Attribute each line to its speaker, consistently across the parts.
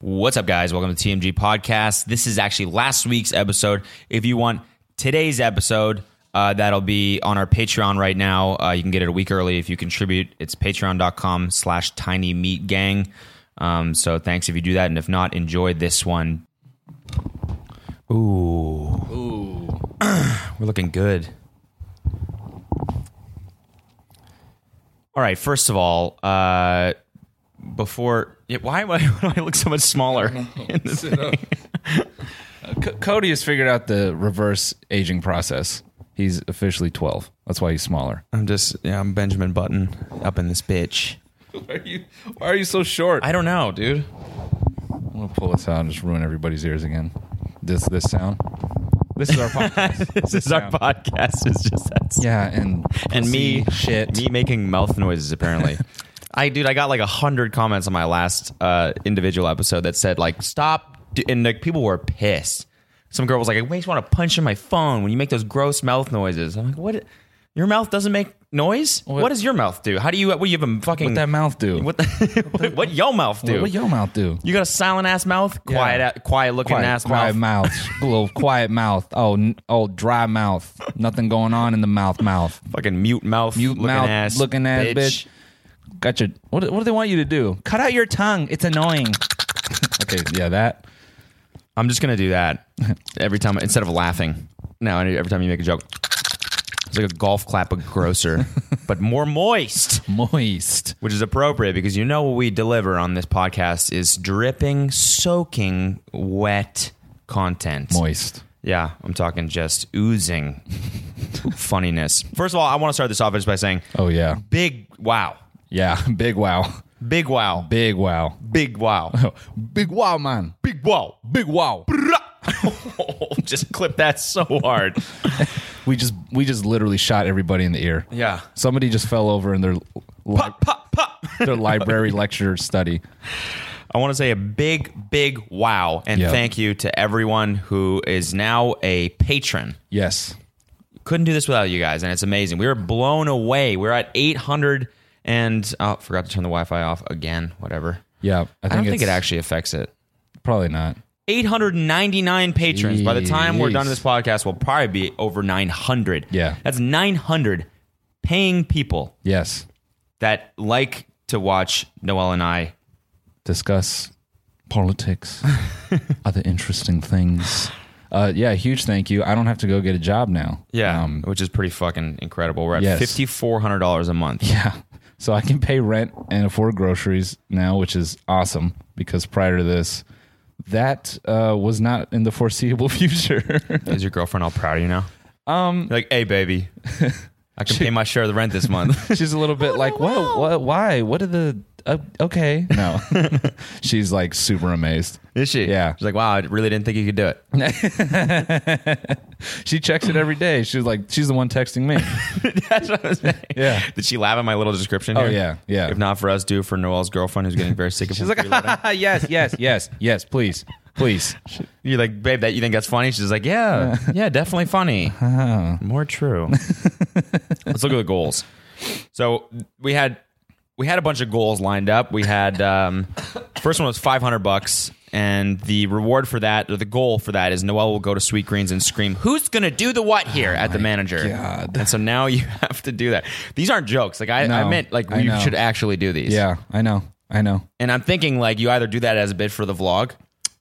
Speaker 1: What's up, guys? Welcome to TMG Podcast. This is actually last week's episode. If you want today's episode, uh, that'll be on our Patreon right now. Uh, you can get it a week early if you contribute. It's patreon.com slash tiny meat gang. Um, so thanks if you do that. And if not, enjoy this one. Ooh. Ooh. We're looking good. All right. First of all, uh, before yeah, why, am I- why do I look so much smaller? in this
Speaker 2: Sit up. Uh, C- Cody has figured out the reverse aging process. He's officially 12. That's why he's smaller.
Speaker 1: I'm just yeah, I'm Benjamin Button up in this bitch.
Speaker 2: Why are you, why are you so short?
Speaker 1: I don't know, dude.
Speaker 2: I'm going to pull this out and just ruin everybody's ears again. This this sound. This is our podcast.
Speaker 1: This is our
Speaker 2: Yeah.
Speaker 1: podcast. It's just that's
Speaker 2: yeah, and
Speaker 1: and me
Speaker 2: pussy shit.
Speaker 1: me making mouth noises apparently. I dude, I got like a hundred comments on my last uh, individual episode that said like stop, d-" and like people were pissed. Some girl was like, "It makes me want to punch in my phone when you make those gross mouth noises." I'm like, "What? Your mouth doesn't make noise? What, does your mouth do? How do you? What do you have a fucking
Speaker 2: What that mouth do?
Speaker 1: What, the, what, what your mouth do?
Speaker 2: What, what your mouth do?
Speaker 1: You got a silent ass mouth, quiet, a quiet looking
Speaker 2: Quiet,
Speaker 1: ass
Speaker 2: quiet
Speaker 1: mouth.
Speaker 2: mouth. Little quiet mouth. Oh, n- oh, dry mouth. Nothing going on in the mouth. Mouth.
Speaker 1: fucking mute mouth,
Speaker 2: Mute
Speaker 1: looking
Speaker 2: mouth.
Speaker 1: ass,
Speaker 2: looking ass bitch. Got your. What, do- what do they want you to do? Cut out your tongue. It's annoying. okay, yeah, that.
Speaker 1: I'm just gonna do that every time instead of laughing. No, I do- every time you make a joke, it's like a golf clap, but grosser, but more moist,
Speaker 2: Moist.
Speaker 1: which is appropriate because you know what we deliver on this podcast is dripping, soaking, wet content.
Speaker 2: Moist.
Speaker 1: Yeah, I'm talking just oozing funniness. First of all, I want to start this off just by saying,
Speaker 2: Oh yeah.
Speaker 1: big wow,
Speaker 2: Yeah. Big wow.
Speaker 1: big wow,
Speaker 2: Big wow.
Speaker 1: big wow,
Speaker 2: Big wow, man.
Speaker 1: big wow.
Speaker 2: Big wow.
Speaker 1: just clip that so hard.
Speaker 2: We just we just literally shot everybody in the ear.
Speaker 1: Yeah.
Speaker 2: Somebody just fell over in their li-
Speaker 1: Pop, pop.
Speaker 2: their library lecture study.
Speaker 1: I want to say a big, big wow and
Speaker 2: Yeah.
Speaker 1: thank you to everyone who is now a patron.
Speaker 2: Yes.
Speaker 1: Couldn't do this without you guys, and it's amazing. We were blown away. We're at 800 and oh, forgot to turn the Wi-Fi off again. Whatever.
Speaker 2: Yeah.
Speaker 1: I, don't think it
Speaker 2: it's-
Speaker 1: actually affects it.
Speaker 2: probably not.
Speaker 1: 899 patrons. By the time we're
Speaker 2: Jeez.
Speaker 1: done with this podcast, we'll probably be over 900.
Speaker 2: Yeah.
Speaker 1: that's 900 paying people
Speaker 2: Yes.
Speaker 1: that like to watch Noel and I
Speaker 2: Discuss politics, other interesting things. Uh, yeah, huge thank you. I don't have to go get a job now. Um,
Speaker 1: Yeah, um, which is pretty fucking incredible. We're at
Speaker 2: Yes.
Speaker 1: fifty four hundred dollars a month.
Speaker 2: Yeah. So I can pay rent and afford groceries now, which is awesome because prior to this, that uh, was not in the foreseeable future.
Speaker 1: Is your girlfriend all proud of you now? Um, like, hey, baby, I can pay my share of the rent this month.
Speaker 2: She's a little bit like, what, what? Why? What are the. Uh, okay. No. She's like super amazed.
Speaker 1: Is she?
Speaker 2: Yeah.
Speaker 1: She's like, wow, I really didn't think you could do it.
Speaker 2: She checks it every day. She's like, she's the one texting me.
Speaker 1: That's what I was saying.
Speaker 2: Yeah.
Speaker 1: Did she laugh at my little description?
Speaker 2: Oh,
Speaker 1: here?
Speaker 2: yeah, yeah.
Speaker 1: If not for us, do for Noel's girlfriend who's getting very sick of.
Speaker 2: She's like, yes, yes, yes, yes, please, please.
Speaker 1: you're like, babe, that you think that's funny? She's like, yeah, yeah, definitely funny.
Speaker 2: Uh-huh.
Speaker 1: More true. Let's look at the goals. So we had we had a bunch of goals lined up. We had um, first one was five hundred bucks, and the reward for that, or the goal for that, is Noel will go to Sweet Greens and scream, "Who's gonna do the what here?" at the manager.
Speaker 2: God.
Speaker 1: And so now you have to do that. These aren't jokes. Like I, I
Speaker 2: No,
Speaker 1: meant, like
Speaker 2: I
Speaker 1: we
Speaker 2: know.
Speaker 1: should actually do these.
Speaker 2: Yeah, I know, I know.
Speaker 1: And I'm thinking like you either do that as a bit for the vlog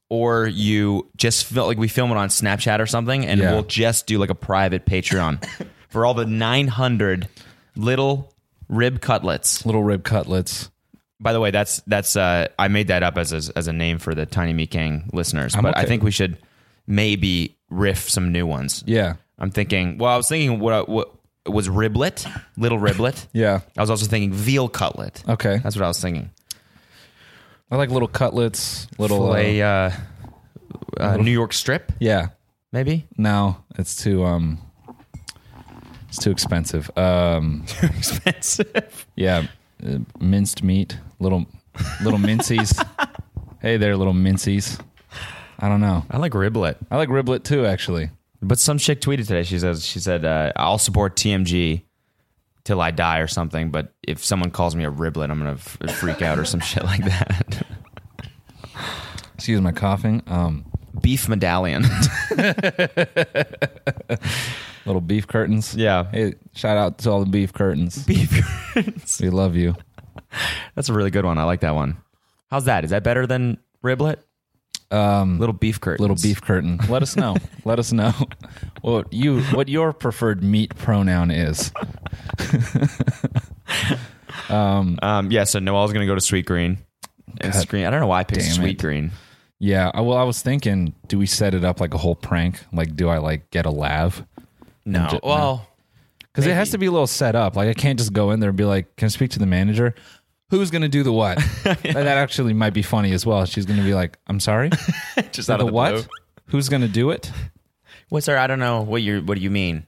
Speaker 1: or you just feel like we film it on Snapchat or something and
Speaker 2: Yeah.
Speaker 1: we'll just do like a private Patreon for all the 900 little rib cutlets.
Speaker 2: Little rib cutlets.
Speaker 1: By the way, that's that's uh I made that up as a, as a name for the Tiny Meat Gang listeners, but I
Speaker 2: okay.
Speaker 1: think we should maybe riff some new ones.
Speaker 2: Yeah,
Speaker 1: I'm thinking, well, I was thinking what I- what was riblet, little riblet.
Speaker 2: yeah.
Speaker 1: I was also thinking veal cutlet.
Speaker 2: Okay.
Speaker 1: That's what I was thinking.
Speaker 2: I like little cutlets, little uh,
Speaker 1: Filet, uh, uh, New York strip,
Speaker 2: yeah.
Speaker 1: maybe.
Speaker 2: No, it's too um, it's too expensive. Um,
Speaker 1: Expensive.
Speaker 2: yeah, uh, minced meat, little little mincies. hey there, little mincies. I don't know.
Speaker 1: I like riblet.
Speaker 2: I like riblet too, actually.
Speaker 1: But some chick tweeted today. She says she said uh, I'll support TMG till I die or something. But if someone calls me a riblet, I'm gonna f- freak out or some shit like that.
Speaker 2: Excuse my coughing. Um,
Speaker 1: Beef medallion.
Speaker 2: little beef curtains.
Speaker 1: yeah.
Speaker 2: Hey, shout out to all the beef curtains.
Speaker 1: Beef.
Speaker 2: We love you.
Speaker 1: That's a really good one. I like that one. How's that? Is that better than riblet? Um, little beef curtains.
Speaker 2: Little beef curtain. Let us know. Let us know what you what your preferred meat pronoun is.
Speaker 1: Um, yeah. So Noel's gonna go to sweet green. And
Speaker 2: God
Speaker 1: screen. I don't know why I picked
Speaker 2: damn
Speaker 1: sweet
Speaker 2: it.
Speaker 1: green.
Speaker 2: Yeah. I- Well, I was thinking, do we set it up like a whole prank? Like, do I like get a lav?
Speaker 1: No.
Speaker 2: ju-
Speaker 1: well,
Speaker 2: Because it has to be a little set up. Like, I can't just go in there and be like, "Can I speak to the manager? Who's going to do the what?" That- That actually might be funny as well. She's going to be like, "I'm sorry,
Speaker 1: just out
Speaker 2: the,
Speaker 1: of the
Speaker 2: what?
Speaker 1: blue.
Speaker 2: Who's going to do it?
Speaker 1: What's sir? I don't know what you what do you mean.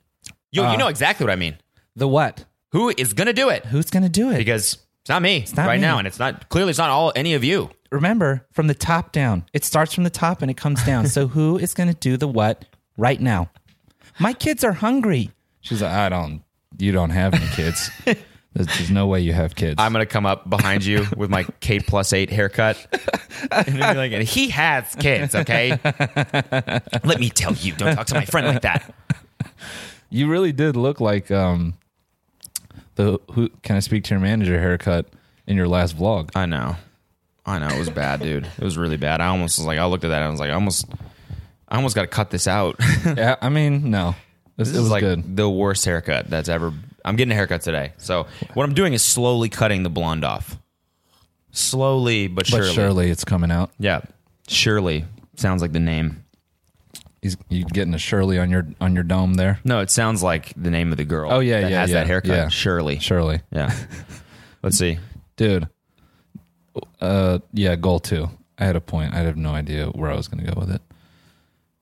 Speaker 1: You you know exactly what I mean.
Speaker 2: The what?
Speaker 1: Who is gonna do it?
Speaker 2: Who's going to do it?"
Speaker 1: Because it's not me
Speaker 2: not
Speaker 1: right
Speaker 2: me.
Speaker 1: now, and it's not clearly it's not all any of you.
Speaker 2: remember from the top down. It starts from the top and it comes down. so who is going to do the what right now? My kids are hungry. She's like, I don't. You don't have any kids. there's, there's no way you have kids.
Speaker 1: I'm gonna come up behind you with my Kate plus eight haircut, and then be like, and he has kids. Okay, let me tell you, don't talk to my friend like that.
Speaker 2: you really did look like um the who can I speak to your manager haircut in your last vlog.
Speaker 1: I know, I know. It was bad, dude. It was really bad. I almost was like, I looked at that, and I was like, I almost, I almost got to cut this out.
Speaker 2: yeah, I mean, no. This,
Speaker 1: This
Speaker 2: it
Speaker 1: is
Speaker 2: was
Speaker 1: like
Speaker 2: good.
Speaker 1: the worst haircut that's ever. I'm getting a haircut today. So what I'm doing is slowly cutting the blonde off. Slowly but
Speaker 2: But
Speaker 1: surely.
Speaker 2: surely it's coming out.
Speaker 1: Yeah. Surely sounds like the name.
Speaker 2: He's you getting a Shirley on your on your dome there.
Speaker 1: No, it sounds like the name of the girl.
Speaker 2: Oh, yeah,
Speaker 1: that
Speaker 2: yeah,
Speaker 1: Has
Speaker 2: yeah,
Speaker 1: that haircut?
Speaker 2: yeah.
Speaker 1: Shirley.
Speaker 2: Shirley.
Speaker 1: Yeah. Let's see.
Speaker 2: dude. Uh, yeah, goal two. I had a point. I have no idea where I was going to go with it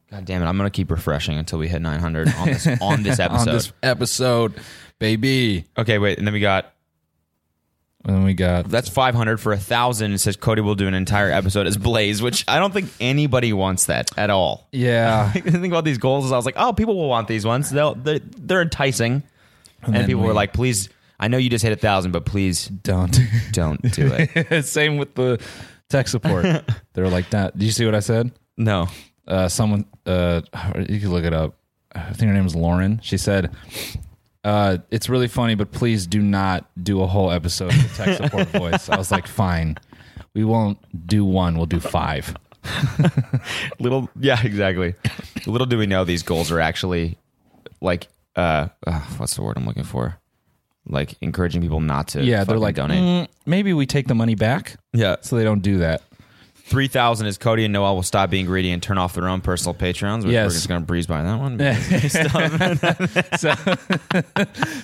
Speaker 1: God damn it! I'm gonna keep refreshing until we hit 900 on this on this episode.
Speaker 2: on this episode, baby.
Speaker 1: Okay, wait, and then we got
Speaker 2: And then we got
Speaker 1: that's 500 for a thousand. It says Cody will do an entire episode as Blaze, which I don't think anybody wants that at all.
Speaker 2: yeah.
Speaker 1: the thing about these goals is I was like, oh, people will want these ones. They'll they're, they're enticing, and,
Speaker 2: then
Speaker 1: people were
Speaker 2: we-
Speaker 1: like, please. I know you just hit a thousand, but please
Speaker 2: Don't.
Speaker 1: don't do it.
Speaker 2: Same with the tech support. they were like, "Nah." "Do you see what I said?"
Speaker 1: no,
Speaker 2: Uh, someone. Uh, you can look it up. I think her name is Lauren. She said. Uh, it's really funny, but please do not do a whole episode with tech support voice. I was like, fine, we won't do one. We'll do five.
Speaker 1: little yeah, exactly. little do we know these goals are actually like uh, uh, what's the word I'm looking for? Like encouraging people not to
Speaker 2: Yeah, they're
Speaker 1: fucking
Speaker 2: like,
Speaker 1: donate.
Speaker 2: "Mm, maybe we take the money back.
Speaker 1: yeah,
Speaker 2: so they don't do that.
Speaker 1: three thousand is Cody and Noel will stop being greedy and turn off their own personal patrons. Which
Speaker 2: Yes.
Speaker 1: we're just gonna breeze by that one.
Speaker 2: So,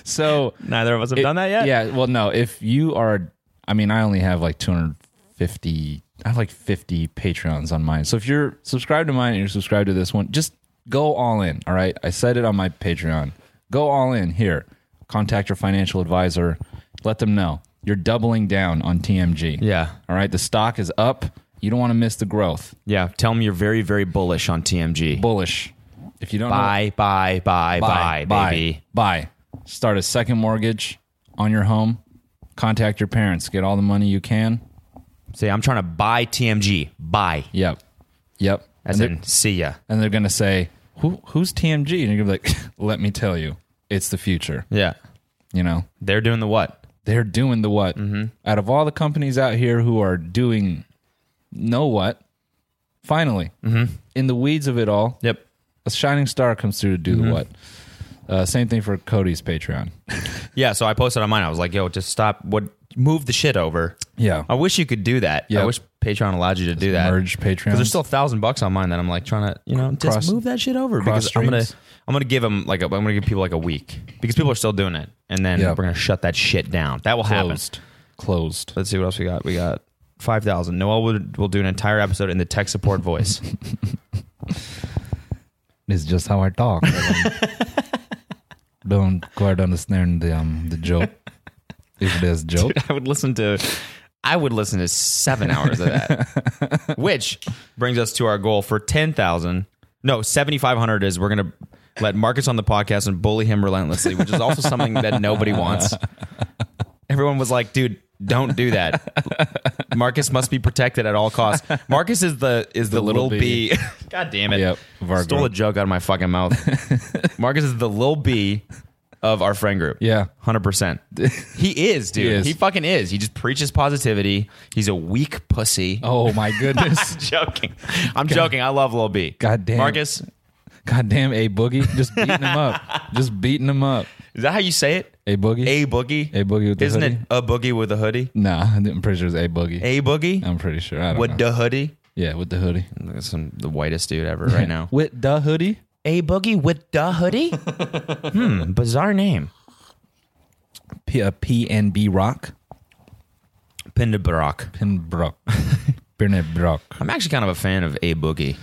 Speaker 2: so
Speaker 1: Neither of us have done that yet.
Speaker 2: Yeah. Well, no. If you are, I mean, I only have like 250. I have like 50 Patreons on mine. So if you're subscribed to mine and you're subscribed to this one, just go all in. All right. I said it on my Patreon. Go all in here. Contact your financial advisor. Let them know you're doubling down on TMG.
Speaker 1: Yeah.
Speaker 2: All right. The stock is up. You don't want to miss the growth.
Speaker 1: yeah. Tell them you're very, very bullish on TMG.
Speaker 2: Bullish. If you don't know,
Speaker 1: Buy, buy, buy, buy, baby.
Speaker 2: Buy. Start a second mortgage on your home. Contact your parents. Get all the money you can.
Speaker 1: Say, I'm trying to buy TMG. Buy.
Speaker 2: Yep. Yep.
Speaker 1: As
Speaker 2: and, they're,
Speaker 1: in, see ya.
Speaker 2: and they're gonna say, Who who's TMG? And you're gonna be like, let me tell you, it's the future.
Speaker 1: Yeah.
Speaker 2: You know?
Speaker 1: They're doing the what?
Speaker 2: They're doing the what?
Speaker 1: Mm-hmm.
Speaker 2: Out of all the companies out here who are doing no what, finally,
Speaker 1: Mm-hmm.
Speaker 2: in the weeds of it all,
Speaker 1: Yep.
Speaker 2: a shining star comes through to do
Speaker 1: Mm-hmm.
Speaker 2: the what. Uh, same thing for Cody's Patreon.
Speaker 1: Yeah. So I posted on mine. I was like, yo, just stop. What? Move the shit over.
Speaker 2: Yeah.
Speaker 1: I wish you could do that.
Speaker 2: Yeah.
Speaker 1: I wish Patreon allowed you to do that.
Speaker 2: merge Patreons.
Speaker 1: Because there's still a thousand bucks on mine that I'm like trying to, you know, just
Speaker 2: Cross-
Speaker 1: move that shit over.
Speaker 2: cross
Speaker 1: Because I'm gonna,
Speaker 2: streams.
Speaker 1: I'm gonna give them like, a, I'm gonna give people like a week because people are still doing it, and then
Speaker 2: Yeah.
Speaker 1: we're gonna shut that shit down. That will happen.
Speaker 2: Closed. Closed.
Speaker 1: Let's see what else we got. We got Five thousand. Noel will, will do an entire episode in the tech support voice.
Speaker 2: It's just how I talk. I don't, don't quite understand the um the joke. If there's joke,
Speaker 1: I would listen to I would listen to seven hours of that. Which brings us to our goal for ten thousand. No, seventy five hundred is we're gonna let Marcus on the podcast and bully him relentlessly, which is also something that nobody wants. Everyone was like, dude, don't do that. Marcus must be protected at all costs. Marcus is the is the, little,
Speaker 2: little
Speaker 1: B. God damn it.
Speaker 2: Yep, of our
Speaker 1: Stole
Speaker 2: group.
Speaker 1: a joke out of my fucking mouth. Marcus is the little B of our friend group.
Speaker 2: yeah,
Speaker 1: Hundred percent. He is, dude. He,
Speaker 2: is.
Speaker 1: fucking is. He just preaches positivity. He's a weak pussy.
Speaker 2: Oh my goodness.
Speaker 1: Joking. I'm joking. I love Lil B.
Speaker 2: God damn.
Speaker 1: Marcus,
Speaker 2: Goddamn A Boogie. Just beating him up. Just beating him up.
Speaker 1: is that how you say it?
Speaker 2: A Boogie?
Speaker 1: A boogie.
Speaker 2: A Boogie with the
Speaker 1: Isn't
Speaker 2: hoodie?
Speaker 1: it a boogie with a hoodie?
Speaker 2: Nah, I'm pretty sure it's A Boogie. i
Speaker 1: A boogie
Speaker 2: I'm pretty sure. I don't know.
Speaker 1: with the hoodie.
Speaker 2: yeah, with the hoodie.
Speaker 1: That's some the whitest dude ever right now.
Speaker 2: With the hoodie?
Speaker 1: A boogie with the hoodie. hmm. Bizarre name.
Speaker 2: P- uh, PNB Rock.
Speaker 1: Pinderbrock.
Speaker 2: Pinbrock. Pinbrock.
Speaker 1: I'm actually kind of a fan of A boogie.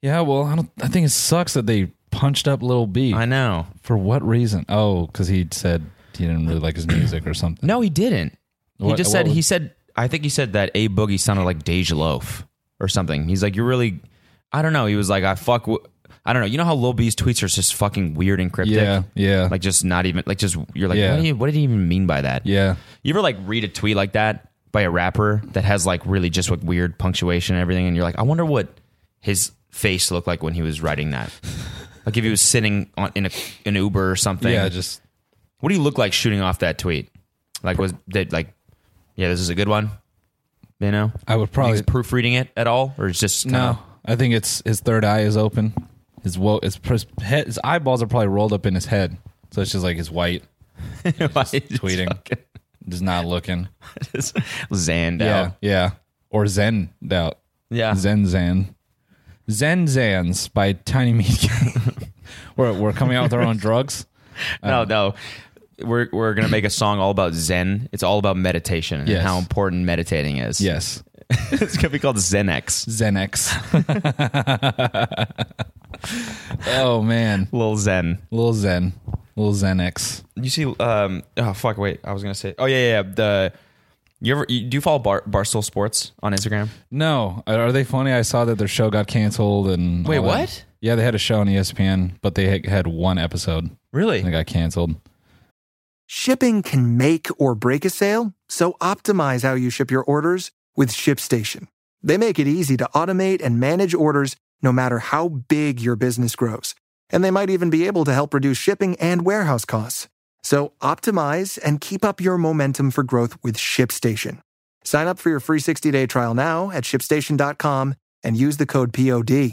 Speaker 2: Yeah, well, I don't I think it sucks that they punched up Little B.
Speaker 1: I know.
Speaker 2: For what reason? Oh, because he said he didn't really like his music or something.
Speaker 1: No, he didn't. he
Speaker 2: What-
Speaker 1: just
Speaker 2: what
Speaker 1: said
Speaker 2: was-
Speaker 1: he said I think he said that a boogie sounded like Deja Loaf or something. He's like, you're really, I don't know. He was like, I fuck, w- I don't know. You know how Lil B's tweets are just fucking weird and cryptic.
Speaker 2: Yeah, yeah.
Speaker 1: Like just not even like just you're like,
Speaker 2: Yeah.
Speaker 1: what, do you, what did he even mean by that?
Speaker 2: yeah.
Speaker 1: You ever like read a tweet like that by a rapper that has like really just like weird punctuation and everything, and you're like, I wonder what his face looked like when he was writing that. like if he was sitting on in a, an Uber or something.
Speaker 2: Yeah, just
Speaker 1: What do you look like shooting off that tweet? Like was that like yeah, this is a good one. You know?
Speaker 2: I would
Speaker 1: Probably
Speaker 2: probably
Speaker 1: he's proofreading it at all or it's just kind
Speaker 2: Oh, No, I think it's his third eye is open. His wo- his, his, head, his eyeballs are probably rolled up in his head, so it's just like it's white, tweeting, just not looking.
Speaker 1: Zanned
Speaker 2: Yeah,
Speaker 1: out.
Speaker 2: yeah. Or Zen out.
Speaker 1: Yeah.
Speaker 2: Zen Zan. Zen Zans by Tiny Meat. we're we're coming out with our own drugs.
Speaker 1: No, no. We're we're gonna make a song all about Zen. It's all about meditation
Speaker 2: Yes.
Speaker 1: and how important meditating is.
Speaker 2: Yes,
Speaker 1: it's gonna be called Zenx.
Speaker 2: Xanax. oh man,
Speaker 1: Lil Zen.
Speaker 2: little Zen, little Xanax.
Speaker 1: You see um oh fuck, wait, I was gonna say oh yeah, yeah, yeah. The you ever you, do you follow Bar, Barstool Sports on Instagram?
Speaker 2: No, are they funny? I saw that their show got canceled and
Speaker 1: Wait,
Speaker 2: all that.
Speaker 1: what?
Speaker 2: Yeah, they had a show on E ESPN, but they had- had one episode
Speaker 1: Really?
Speaker 2: and it got canceled.
Speaker 3: Shipping can make or break a sale, so optimize how you ship your orders with ShipStation. They make it easy to automate and manage orders no matter how big your business grows. And they might even be able to help reduce shipping and warehouse costs. So optimize and keep up your momentum for growth with ShipStation. Sign up for your free 60-day trial now at shipstation.com and use the code POD.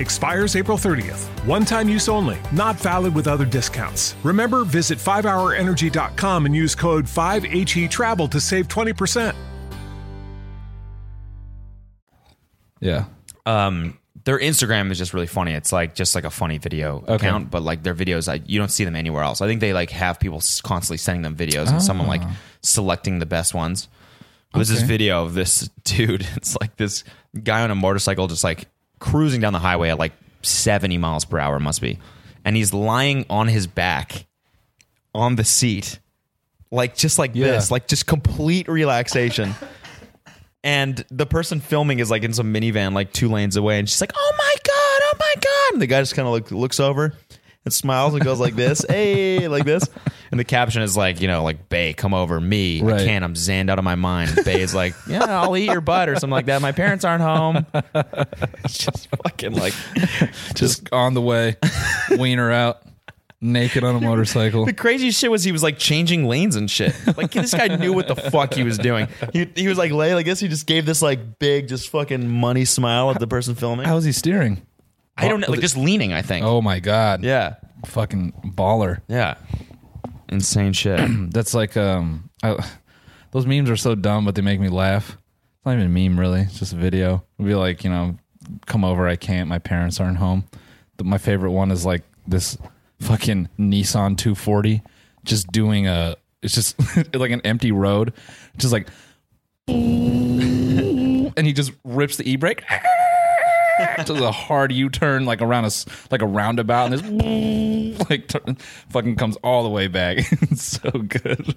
Speaker 4: Expires April 30th. One time use only, not valid with other discounts. Remember, visit 5hourenergy.com and use code 5HE Travel to save 20%.
Speaker 2: Yeah.
Speaker 1: um their Instagram is just really funny. It's like just like a funny video account, but like their videos, like you don't see them anywhere else. I think they like have people s- constantly sending them videos, and someone like selecting the best ones. There's this video of this dude. It's like this guy on a motorcycle, just like cruising down the highway at like 70 miles per hour, must be, and he's lying on his back on the seat, like just like
Speaker 2: Yeah.
Speaker 1: this, like just complete relaxation. And the person filming is like in some minivan, like two lanes away, and she's like, "Oh my god, oh my god!" And the guy just kind of look, looks over and smiles and goes like this, "Hey," like this. And the caption is like, you know, like "Bay, come over me. I
Speaker 2: Right.
Speaker 1: can't. I'm zanned out of my mind." Bay is like, "Yeah, I'll eat your butt" or something like that. My parents aren't home. It's just fucking like
Speaker 2: Just on the way, wiener out, naked on a motorcycle.
Speaker 1: The crazy shit was he was like changing lanes and shit. Like this guy knew what the fuck he was doing. He, he was like lay like this. He just gave this like big, just fucking money smile at the person filming.
Speaker 2: How's he steering?
Speaker 1: I don't know, like just leaning. I think.
Speaker 2: Oh my God.
Speaker 1: Yeah,
Speaker 2: Fucking baller.
Speaker 1: yeah. Insane shit.
Speaker 2: That's like um, I, those memes are so dumb, but they make me laugh. It's not even a meme, really. It's just a video. It'd be like, you know, come over. I can't. My parents aren't home. The, my favorite one is like this fucking Nissan 240, just doing a. It's just like an empty road, just like, and he just rips the e brake. Does a hard U turn like around a s- like a roundabout and this like turn, fucking comes all the way back. it's so good.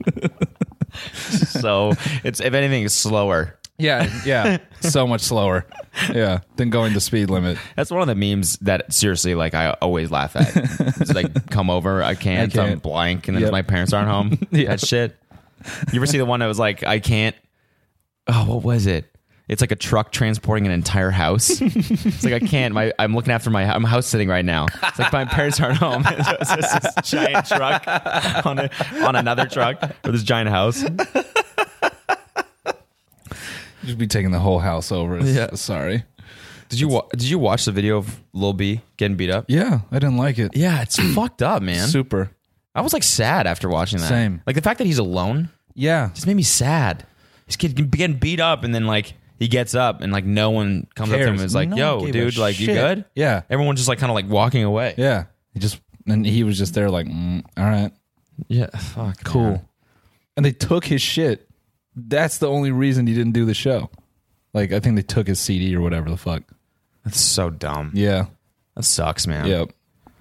Speaker 1: so it's if anything, it's slower.
Speaker 2: Yeah, yeah. so much slower. Yeah, than going the speed limit.
Speaker 1: That's one of the memes that seriously, like I always laugh at. it's like, come over, I can't, I am
Speaker 2: can't.
Speaker 1: blank, and then
Speaker 2: Yep.
Speaker 1: my parents aren't home. That shit. You ever see the one that was like, I can't? Oh, what was it? It's like a truck transporting an entire house. it's like I can't. My I'm looking after my I'm house sitting right now. It's like my parents aren't home. it's just this giant truck on a, on another truck or this giant house.
Speaker 2: You'd be taking the whole house over. Yeah, sorry.
Speaker 1: Did you wa- did you watch the video of Lil B getting beat up?
Speaker 2: Yeah, I didn't like it.
Speaker 1: Yeah, it's fucked up, man.
Speaker 2: Super.
Speaker 1: I was like sad after watching that.
Speaker 2: Same.
Speaker 1: Like the fact that he's alone
Speaker 2: Yeah.
Speaker 1: just made me sad. This kid getting beat up, and then like he gets up, and like no one comes up to him and
Speaker 2: Cares.
Speaker 1: is like,
Speaker 2: No
Speaker 1: "Yo,
Speaker 2: one gave
Speaker 1: dude,
Speaker 2: a
Speaker 1: like you
Speaker 2: shit."
Speaker 1: good?"
Speaker 2: Yeah.
Speaker 1: Everyone just like kind of like walking away.
Speaker 2: Yeah. He just and he was just there like, mm, all right,
Speaker 1: Yeah. Fuck.
Speaker 2: cool. And they took his shit. That's the only reason he didn't do the show. Like I think they took his CD or whatever the fuck.
Speaker 1: That's so dumb.
Speaker 2: Yeah.
Speaker 1: That sucks, man.
Speaker 2: Yep.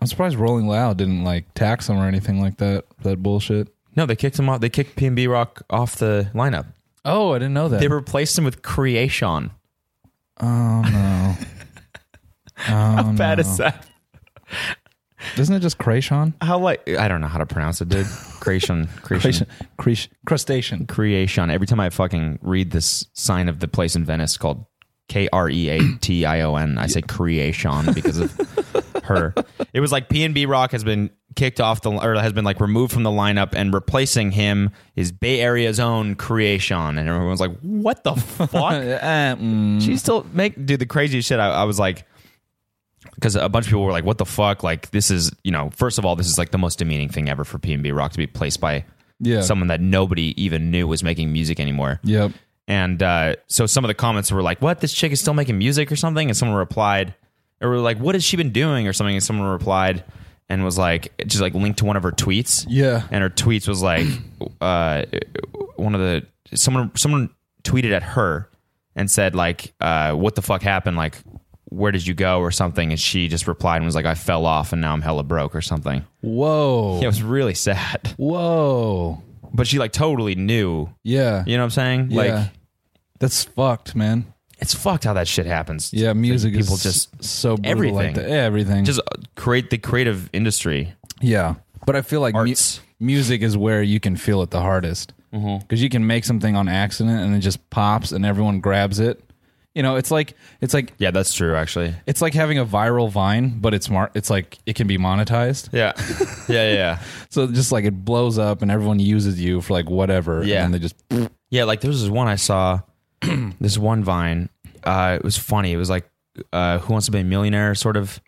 Speaker 2: I'm surprised Rolling Loud didn't like tax him or anything like that. That bullshit.
Speaker 1: No, they kicked him off. They kicked P and B Rock off the lineup.
Speaker 2: Oh, I didn't know that.
Speaker 1: They replaced him with Creation.
Speaker 2: oh no.
Speaker 1: How bad is that?
Speaker 2: Isn't it just Krayshawn?
Speaker 1: How like I don't know how to pronounce it, dude. Creation. Creation.
Speaker 2: Crustacean. Crush- crustacean.
Speaker 1: Creation. Every time I fucking read this sign of the place in Venice called K R E A T I O N, I say creation because of her. It was like P and B Rock has been kicked off the or has been like removed from the lineup and replacing him is Bay Area's own creation. And everyone's like, what the fuck?
Speaker 2: Uh, mm.
Speaker 1: She still make dude the craziest shit. I, I was like, because a bunch of people were like, "What the fuck?" Like this is you know, first of all, this is like the most demeaning thing ever for P and B Rock to be placed by
Speaker 2: Yeah.
Speaker 1: someone that nobody even knew was making music anymore.
Speaker 2: Yep.
Speaker 1: And uh, so some of the comments were like, "What? This chick is still making music or something?" And someone replied, or were like, "What has she been doing?" or something. And someone replied and was like, just like linked to one of her tweets.
Speaker 2: Yeah.
Speaker 1: And her tweets was like, uh, one of the someone someone tweeted at her and said like, uh, "What the fuck happened?" Like. Where did you go or something? And she just replied and was like, "I fell off and now I'm hella broke or something."
Speaker 2: Whoa.
Speaker 1: Yeah, it was really sad.
Speaker 2: Whoa.
Speaker 1: But she like totally knew.
Speaker 2: Yeah.
Speaker 1: You know what I'm saying?
Speaker 2: Yeah.
Speaker 1: Like
Speaker 2: That's fucked, man.
Speaker 1: it's fucked how that shit happens.
Speaker 2: Yeah, music
Speaker 1: people
Speaker 2: is
Speaker 1: just-
Speaker 2: so brutal
Speaker 1: everything.
Speaker 2: Like that. Everything.
Speaker 1: just uh, create the creative industry.
Speaker 2: yeah. But I feel like mu-
Speaker 1: Arts.
Speaker 2: music is where you can feel it the hardest because
Speaker 1: Mm-hmm.
Speaker 2: you can make something on accident and it just pops and everyone grabs it. You know, it's like it's like
Speaker 1: Yeah, that's true. Actually,
Speaker 2: it's like having a viral Vine, but it's mar- It's like it can be monetized.
Speaker 1: yeah, yeah, yeah,
Speaker 2: So just like it blows up and everyone uses you for like whatever.
Speaker 1: Yeah.
Speaker 2: And they just
Speaker 1: yeah. Like there's this one I saw. this one Vine. Uh, it was funny. It was like, uh, "Who Wants to Be a Millionaire?" Sort of.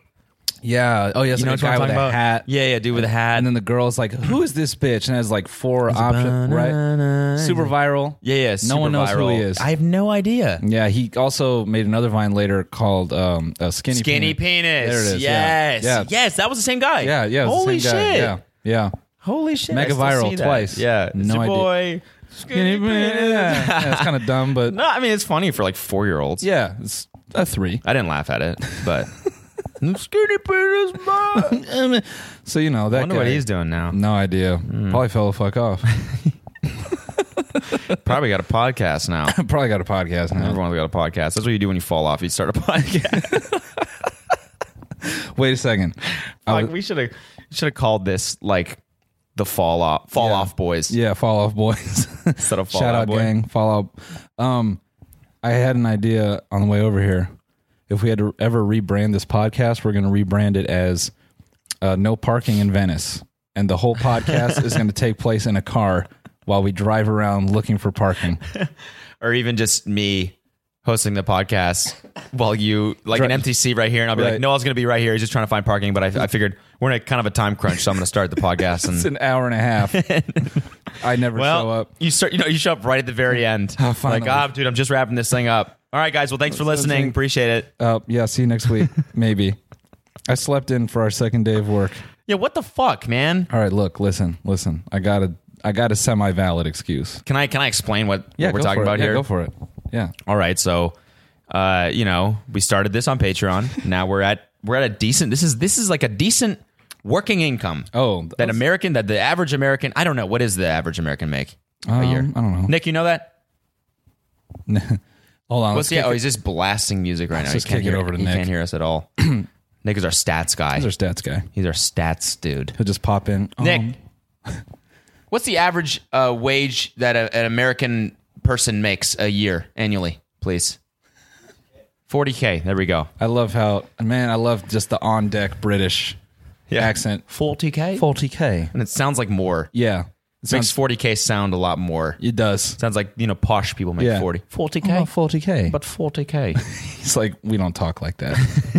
Speaker 2: Yeah. Oh yes.
Speaker 1: You know
Speaker 2: like
Speaker 1: what
Speaker 2: a
Speaker 1: I'm
Speaker 2: guy
Speaker 1: talking
Speaker 2: with
Speaker 1: about?
Speaker 2: a hat.
Speaker 1: Yeah, yeah. Dude with a hat.
Speaker 2: And then the girl's like, "Who is this bitch?" And has like four options, right? Super viral.
Speaker 1: yeah, yeah.
Speaker 2: No
Speaker 1: super
Speaker 2: one knows who he
Speaker 1: viral.
Speaker 2: is.
Speaker 1: I have no idea.
Speaker 2: Yeah. He also made another Vine later called um, uh, "Skinny
Speaker 1: Skinny
Speaker 2: Penis."
Speaker 1: penis.
Speaker 2: There it is. yeah.
Speaker 1: Yes.
Speaker 2: Yeah.
Speaker 1: Yes, that was the same guy.
Speaker 2: Yeah. Yeah. it was the
Speaker 1: Holy
Speaker 2: same guy.
Speaker 1: shit.
Speaker 2: Yeah. Yeah.
Speaker 1: Holy shit. I
Speaker 2: Mega
Speaker 1: still
Speaker 2: viral
Speaker 1: see that.
Speaker 2: twice.
Speaker 1: Yeah. It's
Speaker 2: No
Speaker 1: your
Speaker 2: idea.
Speaker 1: boy. Skinny penis.
Speaker 2: Yeah. yeah, it's kind of dumb, but
Speaker 1: No, I mean it's funny for like four year olds.
Speaker 2: yeah, it's a three.
Speaker 1: I didn't laugh at it, but skinny penis. I
Speaker 2: So you know that.
Speaker 1: wonder
Speaker 2: guy,
Speaker 1: what he's doing now.
Speaker 2: No idea. Probably fell the fuck off.
Speaker 1: Probably got a podcast now.
Speaker 2: Probably got a podcast now.
Speaker 1: Everyone's got a podcast. That's what you do when you fall off. You start a podcast.
Speaker 2: Wait a second. I
Speaker 1: like
Speaker 2: was-
Speaker 1: we should have should have called this like the fall off fall off boys
Speaker 2: yeah, fall off boys.
Speaker 1: instead of fall
Speaker 2: Shout
Speaker 1: out,
Speaker 2: out,
Speaker 1: boy.
Speaker 2: gang. Follow up. Um, I had an idea on the way over here. If we had to ever rebrand this podcast, we're going to rebrand it as uh, "No Parking in Venice," and the whole podcast is going to take place in a car while we drive around looking for parking.
Speaker 1: Or even just me hosting the podcast while you like an empty seat right here, and I'll be like,
Speaker 2: Right.
Speaker 1: "No, I was going to be right here. He's just trying to find parking." But I, I figured we're in a kind of a time crunch, so I'm going to start the podcast.
Speaker 2: It's
Speaker 1: And
Speaker 2: an hour and a half. I never show
Speaker 1: well,
Speaker 2: up.
Speaker 1: you start, you know, you show up right at the very end.
Speaker 2: Oh, finally.
Speaker 1: like, ah, dude, I'm just wrapping this thing up. All right, guys. Well, thanks for listening.
Speaker 2: listening.
Speaker 1: Appreciate it.
Speaker 2: Oh, yeah. See you next week. Maybe. I slept in for our second day of work.
Speaker 1: Yeah, what the fuck, man?
Speaker 2: All right. Look, listen, listen. I got a, I got a semi-valid excuse.
Speaker 1: Can I can I explain what,
Speaker 2: Yeah,
Speaker 1: what we're
Speaker 2: go
Speaker 1: talking
Speaker 2: for it.
Speaker 1: about
Speaker 2: Yeah,
Speaker 1: here?
Speaker 2: Go for it. Yeah.
Speaker 1: All right, so uh, you know, we started this on Patreon. now we're at we're at a decent this is this is like a decent working income.
Speaker 2: Oh,
Speaker 1: that
Speaker 2: I was-
Speaker 1: American that the average American I don't know, what does the average American make a
Speaker 2: Um,
Speaker 1: year?
Speaker 2: I don't know.
Speaker 1: Nick, you know that?
Speaker 2: Hold on.
Speaker 1: What's
Speaker 2: Let's
Speaker 1: the
Speaker 2: get
Speaker 1: oh he's just blasting music right now.
Speaker 2: just
Speaker 1: he can't
Speaker 2: kick it
Speaker 1: hear
Speaker 2: over to
Speaker 1: he
Speaker 2: Nick.
Speaker 1: can't hear us at all. Nick is our stats guy.
Speaker 2: our stats guy.
Speaker 1: He's our stats dude.
Speaker 2: He'll just pop in. Um,
Speaker 1: Nick, what's the average uh, wage that a, an American person makes a year annually, please? 40K. There we go.
Speaker 2: I love how man. I love just the on deck British accent.
Speaker 1: 40K?
Speaker 2: Forty k.
Speaker 1: And it sounds like more.
Speaker 2: Yeah. It
Speaker 1: Makes
Speaker 2: sounds-
Speaker 1: 40K sound a lot more.
Speaker 2: It does.
Speaker 1: Sounds like, you know, posh people make
Speaker 2: Yeah.
Speaker 1: 40. 40K?
Speaker 2: Oh, 40k.
Speaker 1: but 40K.
Speaker 2: It's like we don't talk like that.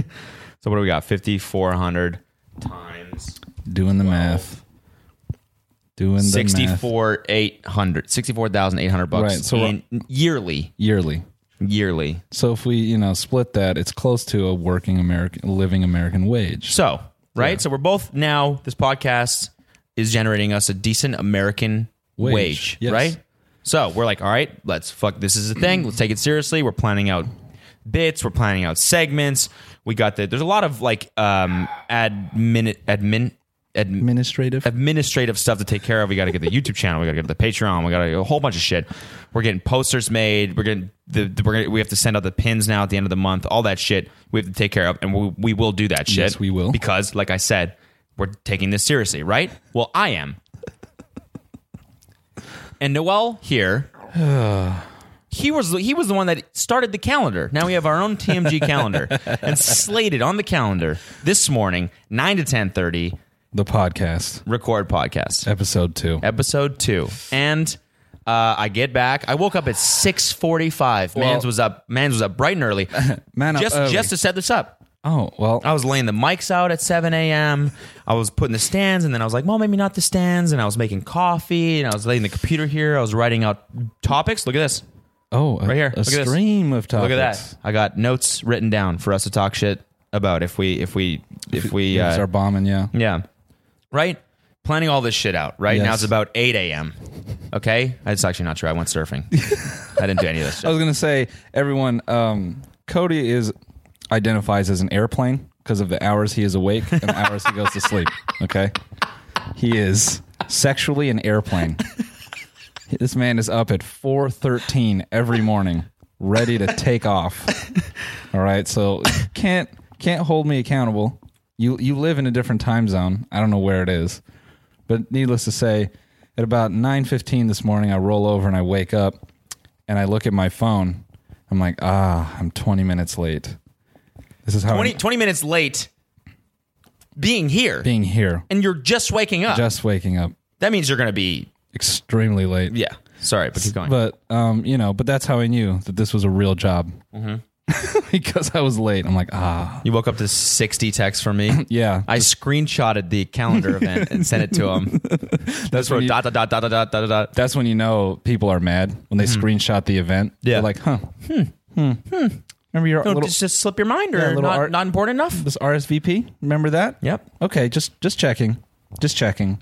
Speaker 1: so what do we got? 5,400 times
Speaker 2: Doing the math. Doing the math.
Speaker 1: 64,800. 64,800 bucks
Speaker 2: Right, so
Speaker 1: in, yearly.
Speaker 2: yearly.
Speaker 1: Yearly.
Speaker 2: So if we, you know, split that, it's close to a working American living American wage.
Speaker 1: So, right? So we're both now this podcast is generating us a decent American wage,
Speaker 2: Wage, yes.
Speaker 1: right? So, we're like, all right, let's fuck this is a thing. Let's take it seriously. We're planning out bits, we're planning out segments. We got the there's a lot of like um admin admin admin
Speaker 2: Administrative.
Speaker 1: administrative stuff to take care of. We got to get the YouTube channel. We got to get the Patreon. We got to a whole bunch of shit. We're getting posters made. We're getting the, the we're gonna, we have to send out the pins now at the end of the month. All that shit we have to take care of, and we we will do that shit.
Speaker 2: Yes, we will.
Speaker 1: because, like I said, we're taking this seriously, right? Well, I am. And Noel here. He was he was the one that started the calendar. Now we have our own TMG calendar and slated on the calendar this morning, nine to ten thirty,
Speaker 2: The podcast.
Speaker 1: record podcast
Speaker 2: Episode two.
Speaker 1: episode two. And uh, I get back. I woke up at six forty-five. Mans was up. Mans was up bright and early.
Speaker 2: Man up
Speaker 1: just
Speaker 2: early.
Speaker 1: just to set this up.
Speaker 2: Oh, well.
Speaker 1: I was laying the mics out at seven a.m. I was putting the stands, and then I was like, "Well, maybe not the stands." And I was making coffee, and I was laying the computer here. I was writing out topics. Look at this.
Speaker 2: oh, a,
Speaker 1: right here.
Speaker 2: A
Speaker 1: Look at this.
Speaker 2: stream of topics.
Speaker 1: Look at that. I got notes written down for us to talk shit about if we if we if we
Speaker 2: Yeah.
Speaker 1: uh,
Speaker 2: Start bombing, yeah.
Speaker 1: Yeah. Right? Planning all this shit out, right? Now
Speaker 2: Yes.
Speaker 1: it's about 8 a.m. Okay? That's actually not true. I went surfing. I didn't do any of this
Speaker 2: I
Speaker 1: shit.
Speaker 2: was gonna say, everyone, um, Cody is identifies as an airplane because of the hours he is awake and the hours he goes to sleep. Okay, he is sexually an airplane. this man is up at four thirteen every morning, ready to take off. All right, so can't can't hold me accountable. You you live in a different time zone. I don't know where it is, but needless to say, at about nine fifteen this morning, I roll over and I wake up and I look at my phone. I'm like, ah, I'm 20 minutes late. This is how
Speaker 1: 20,
Speaker 2: I'm
Speaker 1: 20 minutes late being here,
Speaker 2: being here,
Speaker 1: and you're just waking up.
Speaker 2: just waking up,
Speaker 1: that means you're going to be,
Speaker 2: extremely late.
Speaker 1: yeah. Sorry, but keep going.
Speaker 2: But um, you know, but that's how I knew that this was a real job
Speaker 1: Mm-hmm.
Speaker 2: because I was late. I'm like, ah,
Speaker 1: you woke up to 60 texts from me.
Speaker 2: yeah.
Speaker 1: I screenshotted the calendar event and sent it to him. That's where
Speaker 2: when you-
Speaker 1: dot, dot, dot, dot, dot, dot, dot, dot.
Speaker 2: that's when you know people are mad when they screenshot the event. They're
Speaker 1: Mm-hmm. Yeah.
Speaker 2: like, huh, hmm, hmm. Remember your
Speaker 1: Don't
Speaker 2: little
Speaker 1: just, just slip your mind or
Speaker 2: Yeah, little
Speaker 1: not,
Speaker 2: art-
Speaker 1: not important enough?
Speaker 2: this RSVP? Remember that?
Speaker 1: Yep.
Speaker 2: Okay, just just checking, just checking.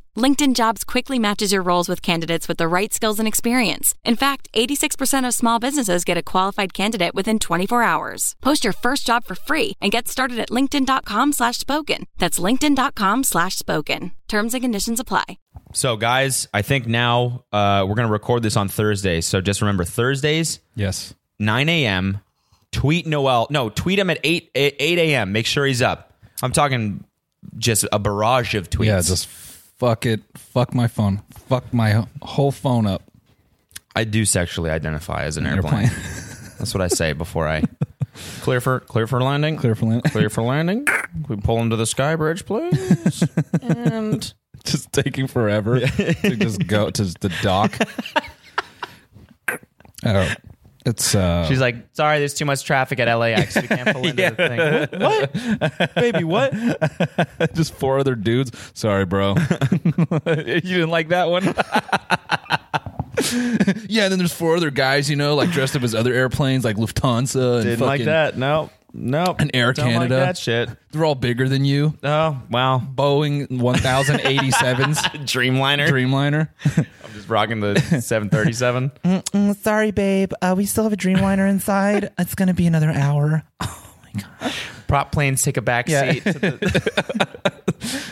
Speaker 5: LinkedIn Jobs quickly matches your roles with candidates with the right skills and experience. In fact, 86% of small businesses get a qualified candidate within 24 hours. Post your first job for free and get started at linkedin.com slash spoken. That's linkedin.com slash spoken. Terms and conditions apply.
Speaker 1: So, guys, I think now uh, we're going to record this on Thursday. So just remember Thursdays,
Speaker 2: Yes.
Speaker 1: 9 a.m. Tweet Noel. No, tweet him at 8, 8 8 a.m. Make sure he's up. I'm talking just a barrage of tweets.
Speaker 2: Yeah, just fuck it. Fuck my phone. Fuck my whole phone up.
Speaker 1: I do sexually identify as an airplane.
Speaker 2: Airplane.
Speaker 1: That's what I say before I clear for clear for landing.
Speaker 2: Clear for land.
Speaker 1: Clear for landing. Can we pull into the sky bridge, please. and
Speaker 2: just taking forever to just go to the dock. oh, it's uh,
Speaker 1: she's like, "Sorry, there's too much traffic at LAX. We can't pull into the thing." What? what? Baby, what?
Speaker 2: just four other dudes. Sorry, bro. you didn't like that one. yeah, and then there's four other guys, you know, like dressed up as other airplanes, like Lufthansa. And
Speaker 1: Didn't like
Speaker 2: fucking-
Speaker 1: that. No. No.
Speaker 2: And Air
Speaker 1: Don't
Speaker 2: Canada.
Speaker 1: Like that shit.
Speaker 2: They're all bigger than you.
Speaker 1: Oh wow.
Speaker 2: Boeing 1087s,
Speaker 1: Dreamliner.
Speaker 2: Dreamliner.
Speaker 1: I'm just rocking the 737.
Speaker 6: Sorry, babe. Uh, we still have a Dreamliner inside. It's going to be another hour.
Speaker 1: Oh, Prop planes take a back seat. To the,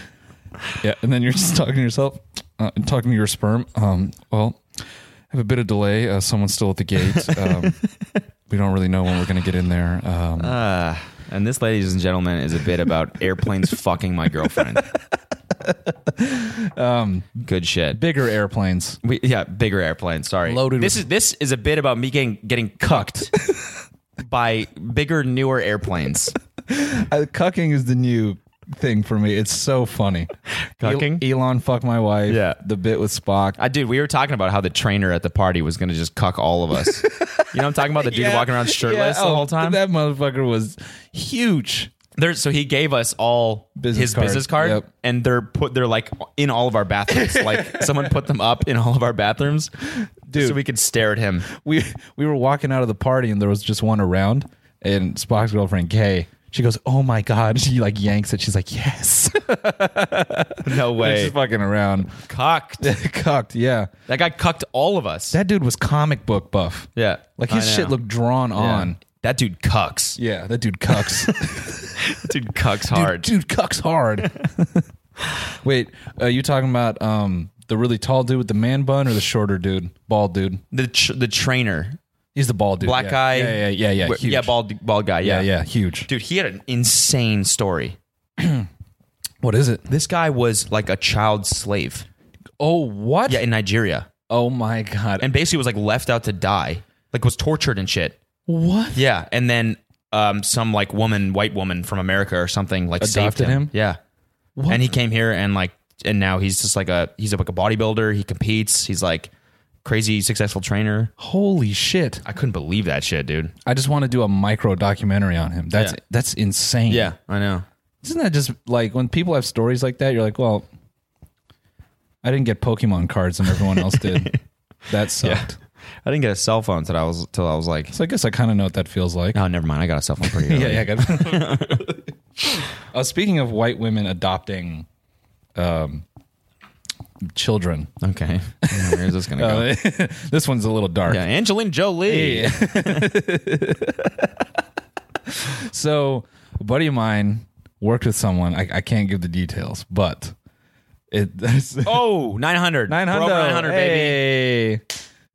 Speaker 2: Yeah, and then you're just talking to yourself, uh, talking to your sperm. Um, well, I have a bit of delay. Uh, someone's still at the gate. Um, we don't really know when we're going to get in there. Um,
Speaker 1: uh, and this, ladies and gentlemen, is a bit about airplanes fucking my girlfriend.
Speaker 2: Um,
Speaker 1: Good shit.
Speaker 2: bigger airplanes.
Speaker 1: We, yeah, bigger airplane. Sorry,
Speaker 2: Loaded
Speaker 1: This
Speaker 2: with-
Speaker 1: is this is a bit about me getting getting cucked by bigger, newer airplanes.
Speaker 2: Uh, cucking is the new thing for me. It's so funny.
Speaker 1: Cucking?
Speaker 2: El- Elon, fuck my wife.
Speaker 1: Yeah.
Speaker 2: The bit with Spock.
Speaker 1: I dude, we were talking about how the trainer at the party was going to just cuck all of us. you know, what I'm talking about the dude walking around shirtless
Speaker 2: Yeah,
Speaker 1: the
Speaker 2: oh,
Speaker 1: whole time.
Speaker 2: That motherfucker was huge.
Speaker 1: There- so he gave us all
Speaker 2: Business
Speaker 1: his
Speaker 2: card.
Speaker 1: business card,
Speaker 2: Yep.
Speaker 1: and they're put they're like in all of our bathrooms. like someone put them up in all of our bathrooms, dude, so we could stare at him.
Speaker 2: we we were walking out of the party and there was just one around and Spock's girlfriend Kay she goes oh my god she like yanks it she's like yes
Speaker 1: No way,
Speaker 2: she's fucking around
Speaker 1: cucked.
Speaker 2: cucked yeah
Speaker 1: That guy cucked all of us.
Speaker 2: that dude was comic book buff
Speaker 1: yeah,
Speaker 2: like
Speaker 1: I
Speaker 2: his shit
Speaker 1: know.
Speaker 2: looked drawn
Speaker 1: Yeah.
Speaker 2: on
Speaker 1: That dude cucks.
Speaker 2: yeah that dude cucks
Speaker 1: Dude cucks hard.
Speaker 2: dude, dude cucks hard wait are you talking about um the really tall dude with the man bun or the shorter dude bald dude
Speaker 1: The tr- the trainer,
Speaker 2: he's the bald dude
Speaker 1: black
Speaker 2: yeah.
Speaker 1: guy.
Speaker 2: yeah yeah yeah yeah,
Speaker 1: Wh-
Speaker 2: huge.
Speaker 1: bald bald guy.
Speaker 2: yeah
Speaker 1: Yeah.
Speaker 2: yeah huge
Speaker 1: Dude, he had an insane story.
Speaker 2: what is it
Speaker 1: This guy was like a child slave.
Speaker 2: oh what
Speaker 1: Yeah, in Nigeria,
Speaker 2: oh my god
Speaker 1: and basically was like left out to die. Like was tortured and shit.
Speaker 2: What?
Speaker 1: Yeah, and then um, some like woman, white woman from America or something, like
Speaker 2: Adopted
Speaker 1: saved him.
Speaker 2: him?
Speaker 1: Yeah, and he came here and like, and now he's just like a he's like a bodybuilder. He competes. He's like crazy successful trainer.
Speaker 2: Holy shit!
Speaker 1: I couldn't believe that shit, dude.
Speaker 2: I just want to do a micro documentary on him. That's
Speaker 1: Yeah.
Speaker 2: that's insane.
Speaker 1: I know.
Speaker 2: Isn't that just like when people have stories like that? You're like, well, I didn't get Pokemon cards and everyone else did. That sucked.
Speaker 1: I didn't get a cell phone till I was till I was like,
Speaker 2: So I guess I kind of know what that feels like.
Speaker 1: oh, never mind. I got a cell phone pretty early.
Speaker 2: yeah, yeah. I got- uh, speaking of white women adopting um, children,
Speaker 1: Okay. Where's this gonna go?
Speaker 2: uh, this one's a little dark.
Speaker 1: yeah, Angeline Jolie.
Speaker 2: So, a buddy of mine worked with someone. I, I can't give the details, but it.
Speaker 1: Oh, 900.
Speaker 2: 900.
Speaker 1: We're over 900, baby.
Speaker 2: Hey.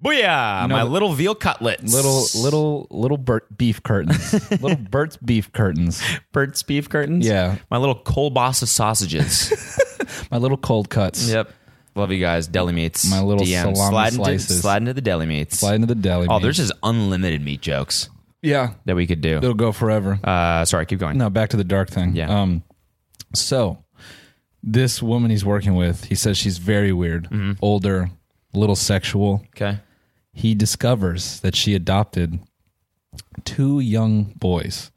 Speaker 1: Booyah. my
Speaker 2: the-
Speaker 1: little veal cutlets.
Speaker 2: Little little little Bert beef curtains. little Bert's beef curtains.
Speaker 1: Bert's beef curtains.
Speaker 2: Yeah.
Speaker 1: My little kolbasa sausages.
Speaker 2: My little cold cuts.
Speaker 1: yep. Love you guys. Deli meats.
Speaker 2: My little
Speaker 1: DM.
Speaker 2: salami
Speaker 1: slide Into,
Speaker 2: slices.
Speaker 1: slide into the deli meats.
Speaker 2: Slide into the deli.
Speaker 1: oh,
Speaker 2: meat.
Speaker 1: there's just unlimited meat jokes
Speaker 2: yeah.
Speaker 1: that we could do.
Speaker 2: It'll go forever.
Speaker 1: Uh, sorry, keep going.
Speaker 2: no, back to the dark thing.
Speaker 1: Yeah.
Speaker 2: Um so this woman he's working with, he says she's very weird,
Speaker 1: Mm-hmm.
Speaker 2: older, a little sexual.
Speaker 1: Okay.
Speaker 2: he discovers that she adopted two young boys.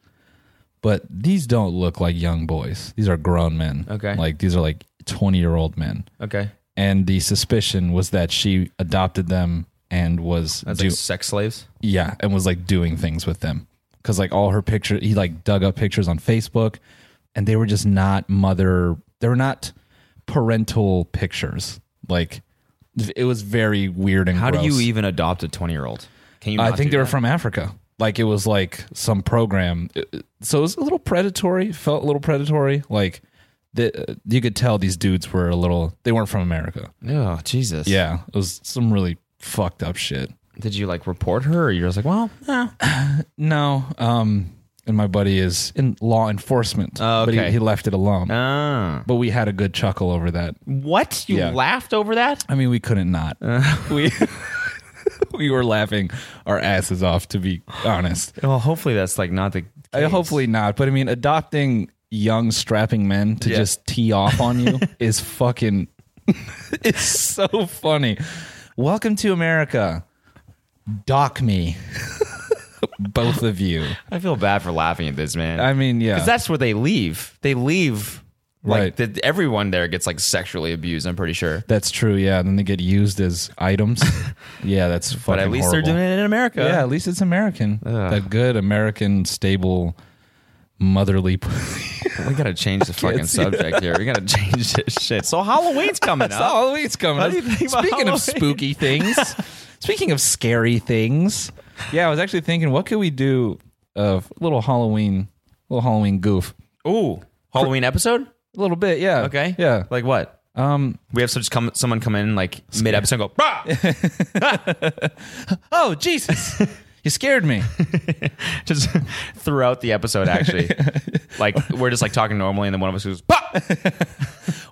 Speaker 2: But these don't look like young boys. These are grown men.
Speaker 1: Okay.
Speaker 2: Like these are like 20 year old men.
Speaker 1: Okay.
Speaker 2: And the suspicion was that she adopted them and was
Speaker 1: That's
Speaker 2: do-
Speaker 1: like sex slaves.
Speaker 2: yeah, and was like doing things with them. Cause like all her picture he like dug up pictures on Facebook and they were just not mother they were not parental pictures. Like it was very weird and
Speaker 1: How do you
Speaker 2: gross.
Speaker 1: even adopt a 20 year old? Can you?
Speaker 2: I
Speaker 1: not
Speaker 2: think
Speaker 1: do
Speaker 2: they were
Speaker 1: that?
Speaker 2: from Africa. Like it was like some program. So it was a little predatory. Felt a little predatory. Like the, you could tell these dudes were a little. They weren't from America.
Speaker 1: Oh Jesus!
Speaker 2: Yeah, it was some really fucked up shit.
Speaker 1: Did you like report her, or you're just like, well,
Speaker 2: No, um, and my buddy is in law enforcement,
Speaker 1: Oh,
Speaker 2: but
Speaker 1: okay.
Speaker 2: he, he left it alone.
Speaker 1: ah,
Speaker 2: but we had a good chuckle over that.
Speaker 1: what? You
Speaker 2: Yeah.
Speaker 1: laughed over that?
Speaker 2: I mean, we couldn't not. we we were laughing our asses off, to be honest.
Speaker 1: Well, hopefully that's like not the.
Speaker 2: Uh, hopefully not. But I mean, adopting young strapping men to
Speaker 1: Yeah.
Speaker 2: just tee off on you is fucking. it's so funny. Welcome to America. Dock me, both of you.
Speaker 1: I feel bad for laughing at this, man.
Speaker 2: I mean, yeah.
Speaker 1: because that's where they leave. They leave.
Speaker 2: Right.
Speaker 1: Like the, everyone there gets like sexually abused. I'm pretty sure.
Speaker 2: That's true. Yeah. And then they get used as items. yeah, that's fucking.
Speaker 1: But at least
Speaker 2: horrible.
Speaker 1: they're doing it in America.
Speaker 2: Yeah, at least it's American. That good American, stable, motherly.
Speaker 1: We gotta change the fucking subject here. We gotta change this shit. So Halloween's coming up.
Speaker 2: Halloween's Oh, coming.
Speaker 1: How do you think about
Speaker 2: speaking
Speaker 1: Halloween?
Speaker 2: of spooky things, speaking of scary things, yeah, I was actually thinking, what could we do of little Halloween, little Halloween goof,
Speaker 1: Ooh, Halloween episode.
Speaker 2: a little bit, yeah,
Speaker 1: Okay.
Speaker 2: yeah,
Speaker 1: Like what?
Speaker 2: um,
Speaker 1: We have such come someone come in like mid episode and go. "Bah!"
Speaker 2: oh Jesus, you scared me.
Speaker 1: just throughout the episode actually like we're just like talking normally and then one of us goes bah!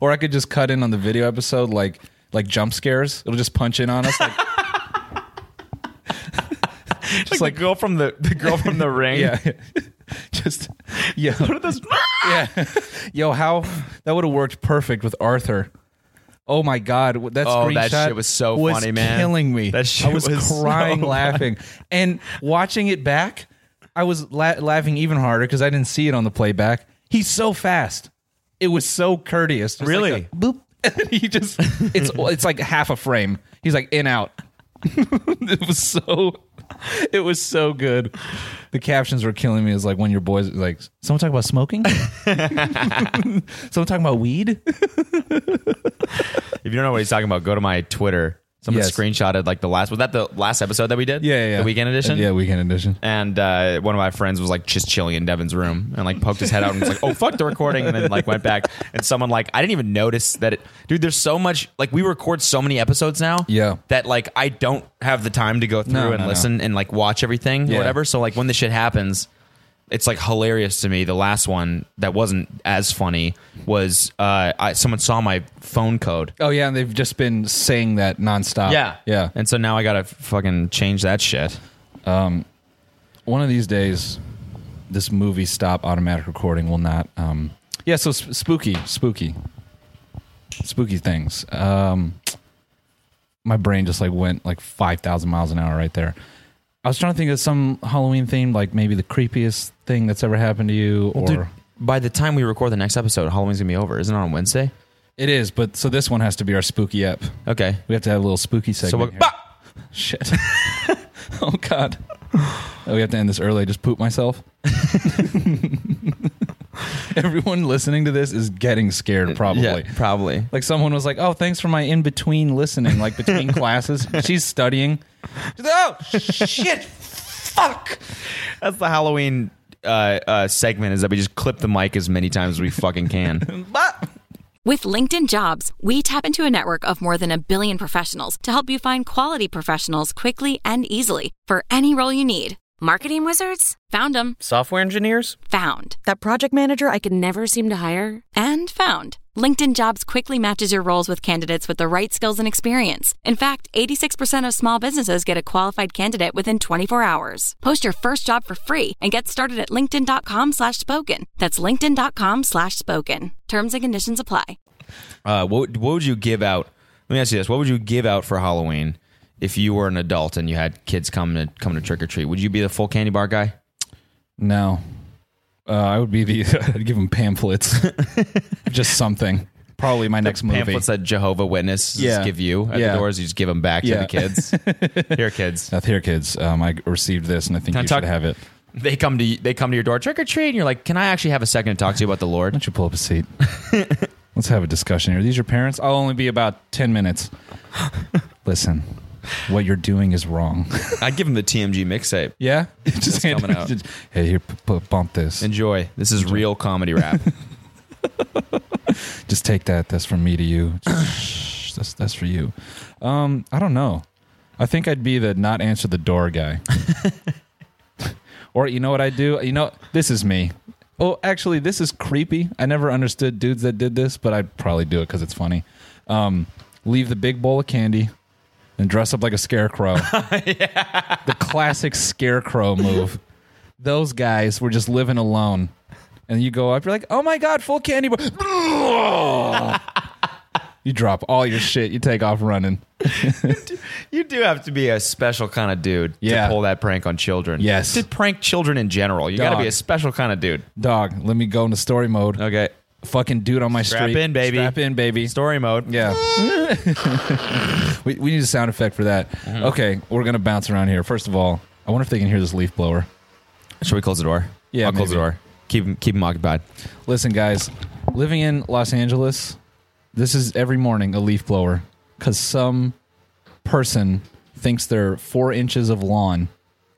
Speaker 2: Or I could just cut in on the video episode, like like jump scares. It'll just punch in on us. Like,
Speaker 1: just like, the girl from the the girl from the ring
Speaker 2: yeah, just yeah.
Speaker 1: What are those-
Speaker 2: yeah. Yo, how that would have worked perfect with Arthur. Oh my God, wh- that
Speaker 1: Oh,
Speaker 2: screenshot
Speaker 1: that shit was so funny, man.
Speaker 2: Killing me.
Speaker 1: That shit
Speaker 2: I was,
Speaker 1: was so
Speaker 2: crying,
Speaker 1: funny.
Speaker 2: laughing, and watching it back. I was la- laughing even harder because I didn't see it on the playback. He's so fast. It was so courteous. Just like
Speaker 1: Really?
Speaker 2: a boop. he just it's it's like half a frame. He's like in out. it was so it was so good. The captions were killing me. It's like when your boys like someone talking about smoking? someone talking about weed?
Speaker 1: if you don't know what he's talking about go to my twitter someone
Speaker 2: Yes.
Speaker 1: screenshotted like the last was that the last episode that we did the weekend edition
Speaker 2: Yeah, weekend edition.
Speaker 1: and uh, one of my friends was like just chilling in Devin's room and like poked his head out and was like, "Oh fuck, the recording," and then like went back and someone like I didn't even notice that it. Dude, there's so much like we record so many episodes now.
Speaker 2: Yeah.
Speaker 1: that like I don't have the time to go through
Speaker 2: No,
Speaker 1: and
Speaker 2: no,
Speaker 1: listen and like watch everything
Speaker 2: Yeah.
Speaker 1: or whatever. So like when this shit happens. It's like hilarious to me. The last one that wasn't as funny was uh, I, someone saw my phone code.
Speaker 2: Oh yeah, and they've just been saying that nonstop. Yeah.
Speaker 1: And so now I gotta fucking change that shit.
Speaker 2: one of these days this movie stop automatic recording will not um yeah so sp- spooky spooky spooky things um my brain just like went like 5000 miles an hour right there i was trying to think of some halloween theme like maybe the creepiest thing that's ever happened to you or
Speaker 1: Dude, by the time we record the next episode, Halloween's gonna be over. Isn't it on Wednesday?
Speaker 2: it is but so this one has to be our spooky ep
Speaker 1: Okay.
Speaker 2: we have to have a little spooky segment
Speaker 1: So we'll, ah!
Speaker 2: here.
Speaker 1: bah!
Speaker 2: shit oh god oh we have to end this early I just poop myself everyone listening to this is getting scared probably
Speaker 1: Yeah, probably.
Speaker 2: like someone was like oh thanks for my in between listening like between classes she's studying She's like, oh shit fuck
Speaker 1: That's the Halloween uh, uh, segment is that we just clip the mic as many times as we fucking can.
Speaker 5: With LinkedIn Jobs, we tap into a network of more than a billion professionals to help you find quality professionals quickly and easily for any role you need.
Speaker 7: Marketing wizards?
Speaker 5: Found them,
Speaker 8: Software engineers?
Speaker 5: found,
Speaker 7: That project manager I could never seem to hire?
Speaker 5: and found. LinkedIn Jobs quickly matches your roles with candidates with the right skills and experience. In fact, 86% of small businesses get a qualified candidate within 24 hours. Post your first job for free and get started at linkedin.com slash spoken. That's linkedin.com slash spoken. Terms and conditions apply.
Speaker 1: Uh, what, would- what would you give out? Let me ask you this: What would you give out for Halloween if you were an adult and you had kids come to come to trick or treat? Would you be the full candy bar guy?
Speaker 2: no uh, i would be the i'd give him pamphlets just something probably my next movie
Speaker 1: Pamphlets that Jehovah Witnesses
Speaker 2: Yeah.
Speaker 1: give you at
Speaker 2: Yeah.
Speaker 1: the doors, you just give them back
Speaker 2: Yeah.
Speaker 1: to the kids. Here, kids,
Speaker 2: Now, here kids um, i received this and i think
Speaker 1: Can I
Speaker 2: you
Speaker 1: talk-
Speaker 2: should have it
Speaker 1: they come to you, they come to your door, trick or treat, and you're like, "Can I actually have a second to talk to you about the Lord?"
Speaker 2: Why don't you pull up a seat? Let's have a discussion here. These your parents? I'll only be about 10 minutes. Listen, what you're doing is wrong.
Speaker 1: I'd give them the TMG mixtape.
Speaker 2: Yeah? just hand
Speaker 1: coming
Speaker 2: it-
Speaker 1: out.
Speaker 2: just- hey, here, p- p- bump this. And
Speaker 1: Enjoy. This is real comedy rap.
Speaker 2: just take that. That's from me to you. Shh, that's, that's for you. Um, I don't know. I think I'd be the not answer the door guy. or you know what I do? You know, this is me. Oh, actually, this is creepy. I never understood dudes that did this, but I'd probably do it because it's funny. Um, leave the big bowl of candy and dress up like a scarecrow. The classic scarecrow move. Those guys were just living alone. And you go up, you're like, oh my God, full candy bar. you drop all your shit, you take off running.
Speaker 1: You do have to be a special kind of dude
Speaker 2: Yeah.
Speaker 1: to pull that prank on children.
Speaker 2: Yes.
Speaker 1: To prank children in general. You got to
Speaker 2: Dog.
Speaker 1: be a special kind of dude.
Speaker 2: Dog, let me go into story mode.
Speaker 1: Okay.
Speaker 2: Fucking dude on my
Speaker 1: Strap
Speaker 2: street.
Speaker 1: in, baby.
Speaker 2: Strap in, baby.
Speaker 1: Story mode.
Speaker 2: Yeah. we, we need a sound effect for that.
Speaker 1: Mm-hmm.
Speaker 2: Okay, we're going to bounce around here. First of all, I wonder if they can hear this leaf blower.
Speaker 1: Should we close the door?
Speaker 2: Yeah,
Speaker 1: I'll close the
Speaker 2: maybe.
Speaker 1: door. Keep 'em- keep 'em occupied.
Speaker 2: Listen, guys, living in Los Angeles, this is every morning a leaf blower because some person thinks their four inches of lawn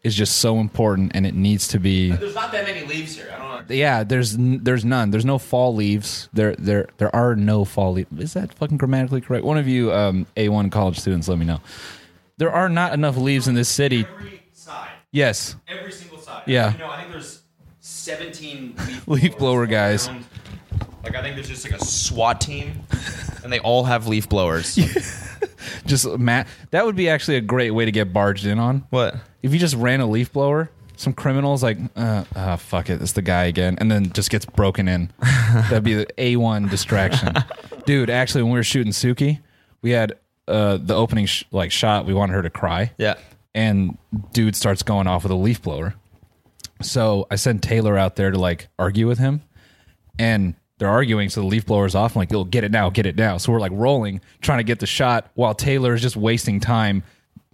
Speaker 2: is just so important and it needs to be.
Speaker 1: There's not that many leaves here. I don't know.
Speaker 2: Yeah, there's n- there's none. There's no fall leaves. There there there are no fall leaves. Is that fucking grammatically correct? One of you um, A1 college students, let me know. There are not enough leaves in this city.
Speaker 1: Every side.
Speaker 2: Yes.
Speaker 1: Every single side.
Speaker 2: Yeah.
Speaker 1: You know, I think there's 17 leaf,
Speaker 2: Leaf blower
Speaker 1: blowers
Speaker 2: guys.
Speaker 1: around. Like, I think there's just like a SWAT team, and they all have leaf blowers.
Speaker 2: Just Matt, that would be actually a great way to get barged in on.
Speaker 1: what?
Speaker 2: if you just ran a leaf blower, some criminals like, uh, ah, fuck it, it's the guy again, and then just gets broken in. That'd be the a one distraction, dude. Actually, when we were shooting Suki, we had uh, the opening sh- like shot. We wanted her to cry,
Speaker 1: Yeah.
Speaker 2: and dude starts going off with a leaf blower. So I send Taylor out there to like argue with him, and they're arguing. So the leaf blower's off. I'm like, "Yo, get it now, get it now." So we're like rolling, trying to get the shot, while Taylor is just wasting time.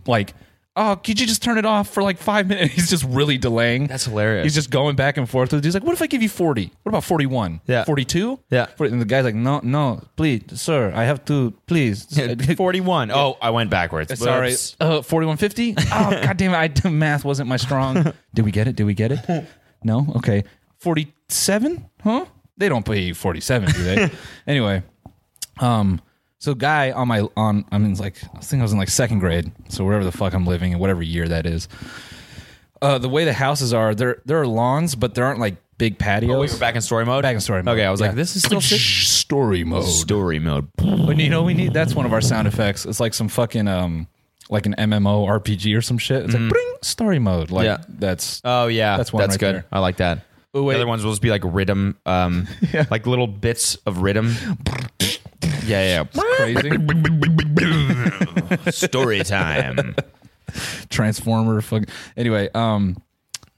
Speaker 2: Like, oh, could you just turn it off for like five minutes? He's just really delaying.
Speaker 1: That's hilarious.
Speaker 2: He's just going back and forth. He's like, "What if I give you forty? What about forty-one?
Speaker 1: Yeah.
Speaker 2: forty-two?
Speaker 1: Yeah.
Speaker 2: And the guy's like, "No, no, please, sir, I have to, please."
Speaker 1: 41. Oh, I went backwards.
Speaker 2: Sorry,
Speaker 1: Whoops.
Speaker 2: uh, forty-one fifty. Oh god damn it! I, math wasn't my strong. Did we get it? Did we get it? No. Okay. Forty-seven? Huh? They don't pay you forty-seven, do they? anyway, um, so guy on my on I mean, it's like I think I was in like second grade, so wherever the fuck I'm living in, whatever year that is. Uh, the way the houses are, there there are lawns, but there aren't like big patios.
Speaker 1: Oh, we were back in story mode?
Speaker 2: Back in story mode.
Speaker 1: Okay, I was
Speaker 2: Yeah.
Speaker 1: like, this is still shit.
Speaker 2: story mode.
Speaker 1: Story mode.
Speaker 2: But you know, we need that's one of our sound effects. It's like some fucking um, like an MMO RPG or some shit. It's like bring story mode. Like
Speaker 1: Yeah.
Speaker 2: that's
Speaker 1: Oh, yeah.
Speaker 2: That's
Speaker 1: That's
Speaker 2: one
Speaker 1: one That's
Speaker 2: right
Speaker 1: good.
Speaker 2: there.
Speaker 1: I like that.
Speaker 2: wait.
Speaker 1: The other ones will just be like rhythm, um, like little bits of rhythm. yeah, yeah.
Speaker 2: crazy
Speaker 1: Story time.
Speaker 2: transformer. Fuck. Anyway, um,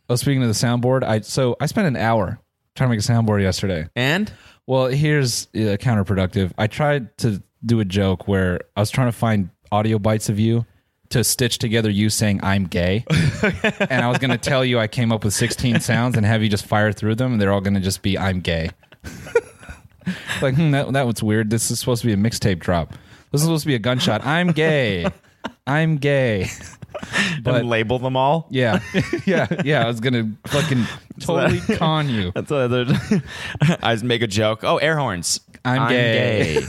Speaker 2: oh, speaking of the soundboard, I so I spent an hour trying to make a soundboard yesterday.
Speaker 1: And?
Speaker 2: Well, here's uh, counterproductive. I tried to do a joke where I was trying to find audio bites of you to stitch together you saying I'm gay. and I was going to tell you I came up with 16 sounds and have you just fire through them and they're all going to just be I'm gay. like, hmm, that, that was weird. This is supposed to be a mixtape drop. This is supposed to be a gunshot. I'm gay. I'm gay. But-
Speaker 1: and label them all.
Speaker 2: Yeah. Yeah. Yeah. I was going to fucking totally con you.
Speaker 1: That's what I- I just make a joke. Oh, air horns.
Speaker 2: I'm gay.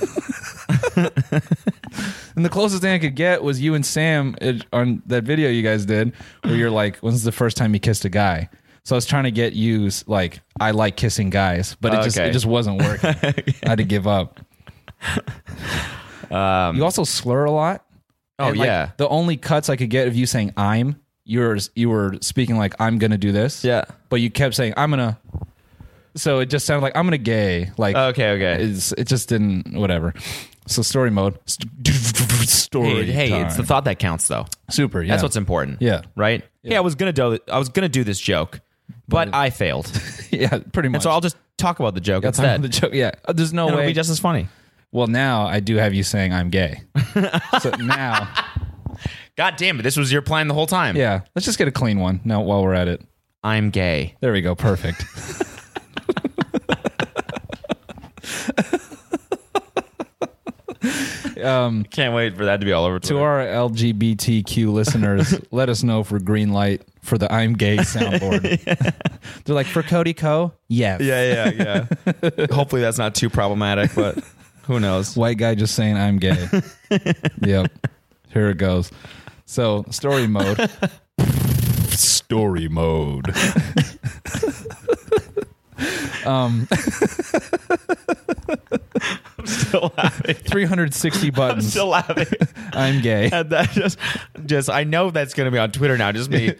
Speaker 2: And the closest thing I could get was you and Sam it, on that video you guys did, where you're like, "When's the first time you kissed a guy?" So I was trying to get you like, "I like kissing guys," but it just
Speaker 1: Okay.
Speaker 2: it just wasn't working. I had to give up. you also slur a lot.
Speaker 1: Um, Oh,
Speaker 2: And, like,
Speaker 1: yeah.
Speaker 2: the only cuts I could get of you saying "I'm," you were you were speaking like "I'm gonna do this,"
Speaker 1: Yeah.
Speaker 2: but you kept saying "I'm gonna." So it just sounded like "I'm gonna gay." Like
Speaker 1: Oh, Okay, okay.
Speaker 2: it's, it just didn't whatever. So story mode, St- story.
Speaker 1: Hey, hey, it's the
Speaker 2: time.
Speaker 1: thought that counts, though.
Speaker 2: super. Yeah.
Speaker 1: That's what's important.
Speaker 2: Yeah.
Speaker 1: Right. Yeah. I was gonna do. I was gonna do this joke, but I failed,
Speaker 2: yeah, pretty much.
Speaker 1: and so I'll just talk about the joke
Speaker 2: That's how
Speaker 1: instead.
Speaker 2: the joke. Yeah, Uh, there's no
Speaker 1: And
Speaker 2: way.
Speaker 1: it'll be just as funny.
Speaker 2: well, now I do have you saying I'm gay. so now,
Speaker 1: God damn it! This was your plan the whole time.
Speaker 2: yeah, let's just get a clean one. Now while we're at it,
Speaker 1: I'm gay.
Speaker 2: there we go. Perfect.
Speaker 1: Can't wait for that to be all over.
Speaker 2: to our LGBTQ listeners, let us know for green light for the I'm gay soundboard. They're like for Cody Co. Yes.
Speaker 1: yeah, yeah, yeah. Hopefully that's not too problematic, but who knows?
Speaker 2: white guy just saying I'm gay. yep. Here it goes. So story mode. story mode. um
Speaker 1: Still laughing.
Speaker 2: 360
Speaker 1: I'm
Speaker 2: buttons.
Speaker 1: still laughing.
Speaker 2: I'm gay.
Speaker 1: And that just, just I know that's going to be on Twitter now. Just me,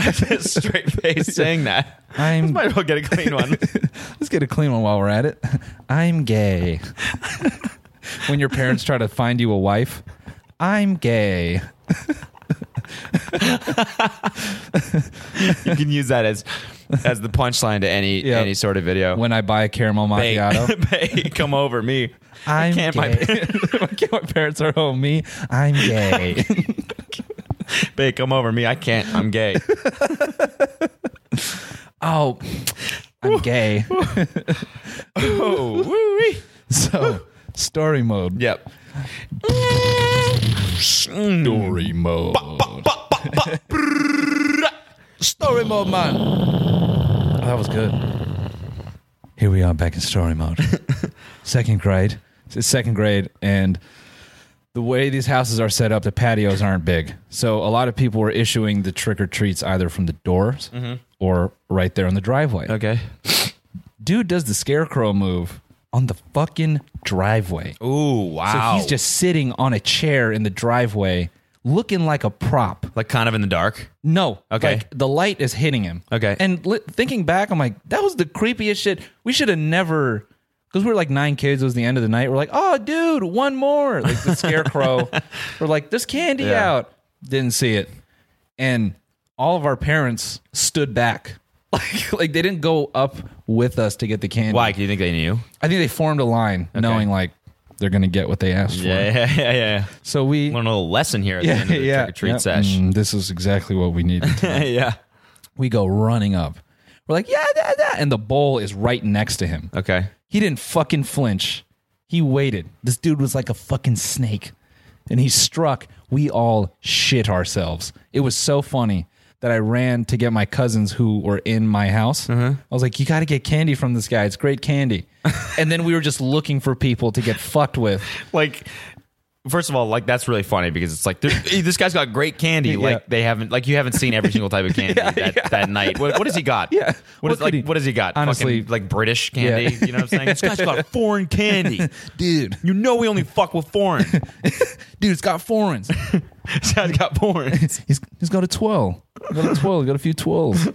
Speaker 1: just straight face saying that.
Speaker 2: I'm-
Speaker 1: might as well get a clean one.
Speaker 2: Let's get a clean one while we're at it. I'm gay. when your parents try to find you a wife, I'm gay.
Speaker 1: You can use that as as the punchline to any
Speaker 2: Yeah.
Speaker 1: any sort of video.
Speaker 2: When I buy a caramel
Speaker 1: Bae,
Speaker 2: macchiato,
Speaker 1: bae, come over me.
Speaker 2: I'm
Speaker 1: can't, my
Speaker 2: gay. My, my parents are home. Me, I'm gay.
Speaker 1: Babe, come over me. I can't. I'm gay.
Speaker 2: oh, I'm gay.
Speaker 1: oh, woo-wee.
Speaker 2: So story mode.
Speaker 1: Yep.
Speaker 2: Story mode. story mode, man. Oh, that was good. Here we are back in story mode. second grade. It's second grade, and the way these houses are set up, the patios aren't big. So a lot of people were issuing the trick or treats either from the doors or right there on the driveway.
Speaker 1: Mm-hmm. Okay.
Speaker 2: Dude does the scarecrow move on the fucking driveway.
Speaker 1: Ooh, wow.
Speaker 2: So he's just sitting on a chair in the driveway, looking like a prop.
Speaker 1: like kind of in the dark.
Speaker 2: No,
Speaker 1: Okay.
Speaker 2: like, the light is hitting him.
Speaker 1: Okay.
Speaker 2: and li- thinking back, I'm like, that was the creepiest shit. We should have never, because we were like nine kids. It was the end of the night. We're like, oh, dude, one more. Like the scarecrow. we're like, there's candy
Speaker 1: Yeah.
Speaker 2: out. Didn't see it, and all of our parents stood back. Like, like they didn't go up with us to get the candy.
Speaker 1: Why? Do you think they knew?
Speaker 2: I think they formed a line, knowing like they're gonna get what they asked for.
Speaker 1: Yeah, yeah, yeah, yeah.
Speaker 2: So we
Speaker 1: Learn a little lesson here at the end of the trick or treat
Speaker 2: Yep.
Speaker 1: sesh.
Speaker 2: Mm, this is exactly what we needed.
Speaker 1: yeah.
Speaker 2: we go running up. We're like, yeah, da, da. and the bowl is right next to him.
Speaker 1: Okay.
Speaker 2: He didn't fucking flinch. He waited. This dude was like a fucking snake. And he struck. We all shit ourselves. It was so funny that I ran to get my cousins who were in my house.
Speaker 1: Uh-huh.
Speaker 2: I was like, you got to get candy from this guy. It's great candy. and then we were just looking for people to get fucked with.
Speaker 1: Like, first of all, like that's really funny because it's like there- hey, this guy's got great candy. Like they haven't, like you haven't seen every single type of candy that, that night. What, what has he got?
Speaker 2: Yeah.
Speaker 1: What
Speaker 2: What
Speaker 1: is
Speaker 2: could
Speaker 1: like?
Speaker 2: he-
Speaker 1: What has he got?
Speaker 2: Honestly-
Speaker 1: Fucking, like British candy. You know what I'm saying? This guy's got foreign candy.
Speaker 2: Dude,
Speaker 1: You know we only fuck with foreign.
Speaker 2: dude, it's got foreigns.
Speaker 1: this guy's got foreign.
Speaker 2: He's, he's got a twirl. Got a twirl. Got a few twirls.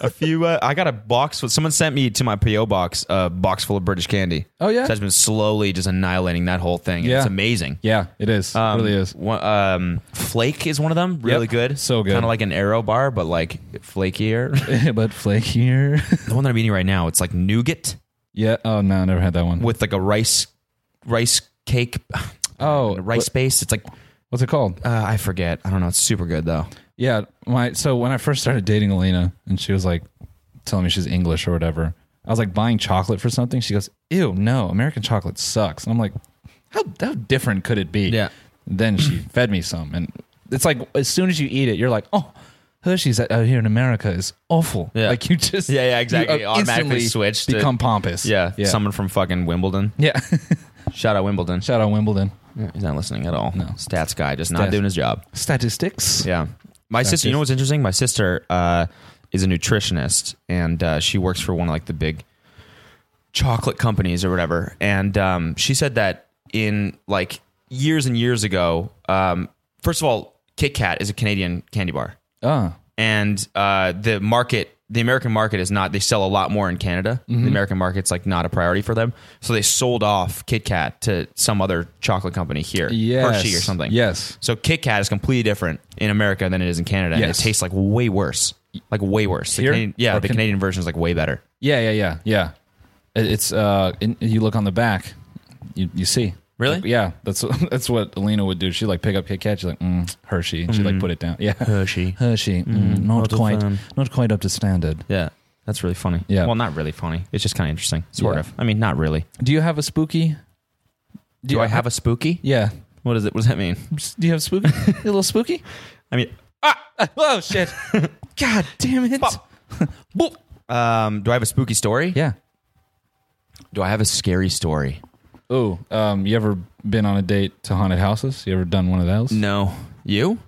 Speaker 1: a few. Uh, I got a box. With, someone sent me to my PO box a box full of British candy.
Speaker 2: Oh, yeah?
Speaker 1: so I've been slowly just annihilating that whole thing. and
Speaker 2: Yeah.
Speaker 1: it's amazing.
Speaker 2: Yeah, it is.
Speaker 1: Um,
Speaker 2: it really is.
Speaker 1: One, um, flake is one of them. Really good.
Speaker 2: So good.
Speaker 1: Kind of like an arrow bar, but like flakier.
Speaker 2: but flakier.
Speaker 1: the one that I'm eating right now, it's like nougat
Speaker 2: yeah. Oh no, I never had that one.
Speaker 1: with like a rice rice cake,
Speaker 2: oh,
Speaker 1: a rice base. It's like
Speaker 2: what's it called?
Speaker 1: uh, I forget. I don't know. It's super good though.
Speaker 2: Yeah, my so when I first started dating Elena, and she was like telling me she's English or whatever. I was like buying chocolate for something. She goes, "Ew, no, American chocolate sucks." And I'm like, "How how different could it be?"
Speaker 1: Yeah.
Speaker 2: Then she fed me some, and it's like as soon as you eat it, you're like, "Oh, Hershey's out out here in America is awful."
Speaker 1: Yeah.
Speaker 2: Like you just
Speaker 1: Yeah, yeah,
Speaker 2: you,
Speaker 1: exactly.
Speaker 2: uh,
Speaker 1: Automatically
Speaker 2: instantly
Speaker 1: switch to-
Speaker 2: become pompous.
Speaker 1: Yeah,
Speaker 2: yeah.
Speaker 1: Someone from fucking Wimbledon.
Speaker 2: yeah.
Speaker 1: Shout out Wimbledon.
Speaker 2: Shout out Wimbledon
Speaker 1: He's not listening at all. No. Stats guy, just not
Speaker 2: Stats.
Speaker 1: doing his job.
Speaker 2: statistics.
Speaker 1: Yeah. My sister, you know what's interesting? My sister uh, is a nutritionist and uh, she works for one of like the big chocolate companies or whatever. And um, she said that in like years and years ago, um, first of all, Kit Kat is a Canadian candy bar.
Speaker 2: Oh,
Speaker 1: And uh, the market, the American market is not, they sell a lot more in Canada. The American market's like not a priority for them. So they sold off Kit Kat to some other chocolate company here,
Speaker 2: Yes.
Speaker 1: Hershey or something.
Speaker 2: Yes.
Speaker 1: So Kit Kat is completely different in America than it is in Canada. And it
Speaker 2: Yes.
Speaker 1: tastes like way worse. Like way worse. The
Speaker 2: Here?
Speaker 1: Canadian, yeah,
Speaker 2: Or
Speaker 1: the
Speaker 2: Can-
Speaker 1: Canadian version is like way better.
Speaker 2: Yeah, yeah, yeah, yeah. It- It's uh, in, you look on the back, you you see.
Speaker 1: Really?
Speaker 2: Like, yeah, that's that's what Alina would do. She would like pick up Kit Kat. She's like mm, Hershey. and She would like put it down. Yeah,
Speaker 1: Hershey.
Speaker 2: Hershey. Mm, not quite, not quite up to standard.
Speaker 1: Yeah. That's really funny.
Speaker 2: Yeah.
Speaker 1: Well, not really funny. It's just kind of interesting. Sort
Speaker 2: Yeah.
Speaker 1: of. I mean, not really.
Speaker 2: Do you have a spooky?
Speaker 1: Do I have a spooky?
Speaker 2: Yeah.
Speaker 1: What is it? What does that mean?
Speaker 2: Do you have a spooky? You a little spooky?
Speaker 1: I mean,
Speaker 2: Oh shit! God damn it! Boop.
Speaker 1: um, do I have a spooky story?
Speaker 2: Yeah.
Speaker 1: Do I have a scary story?
Speaker 2: Oh, um, you ever been on a date to haunted houses? You ever done one of those?
Speaker 1: No. You?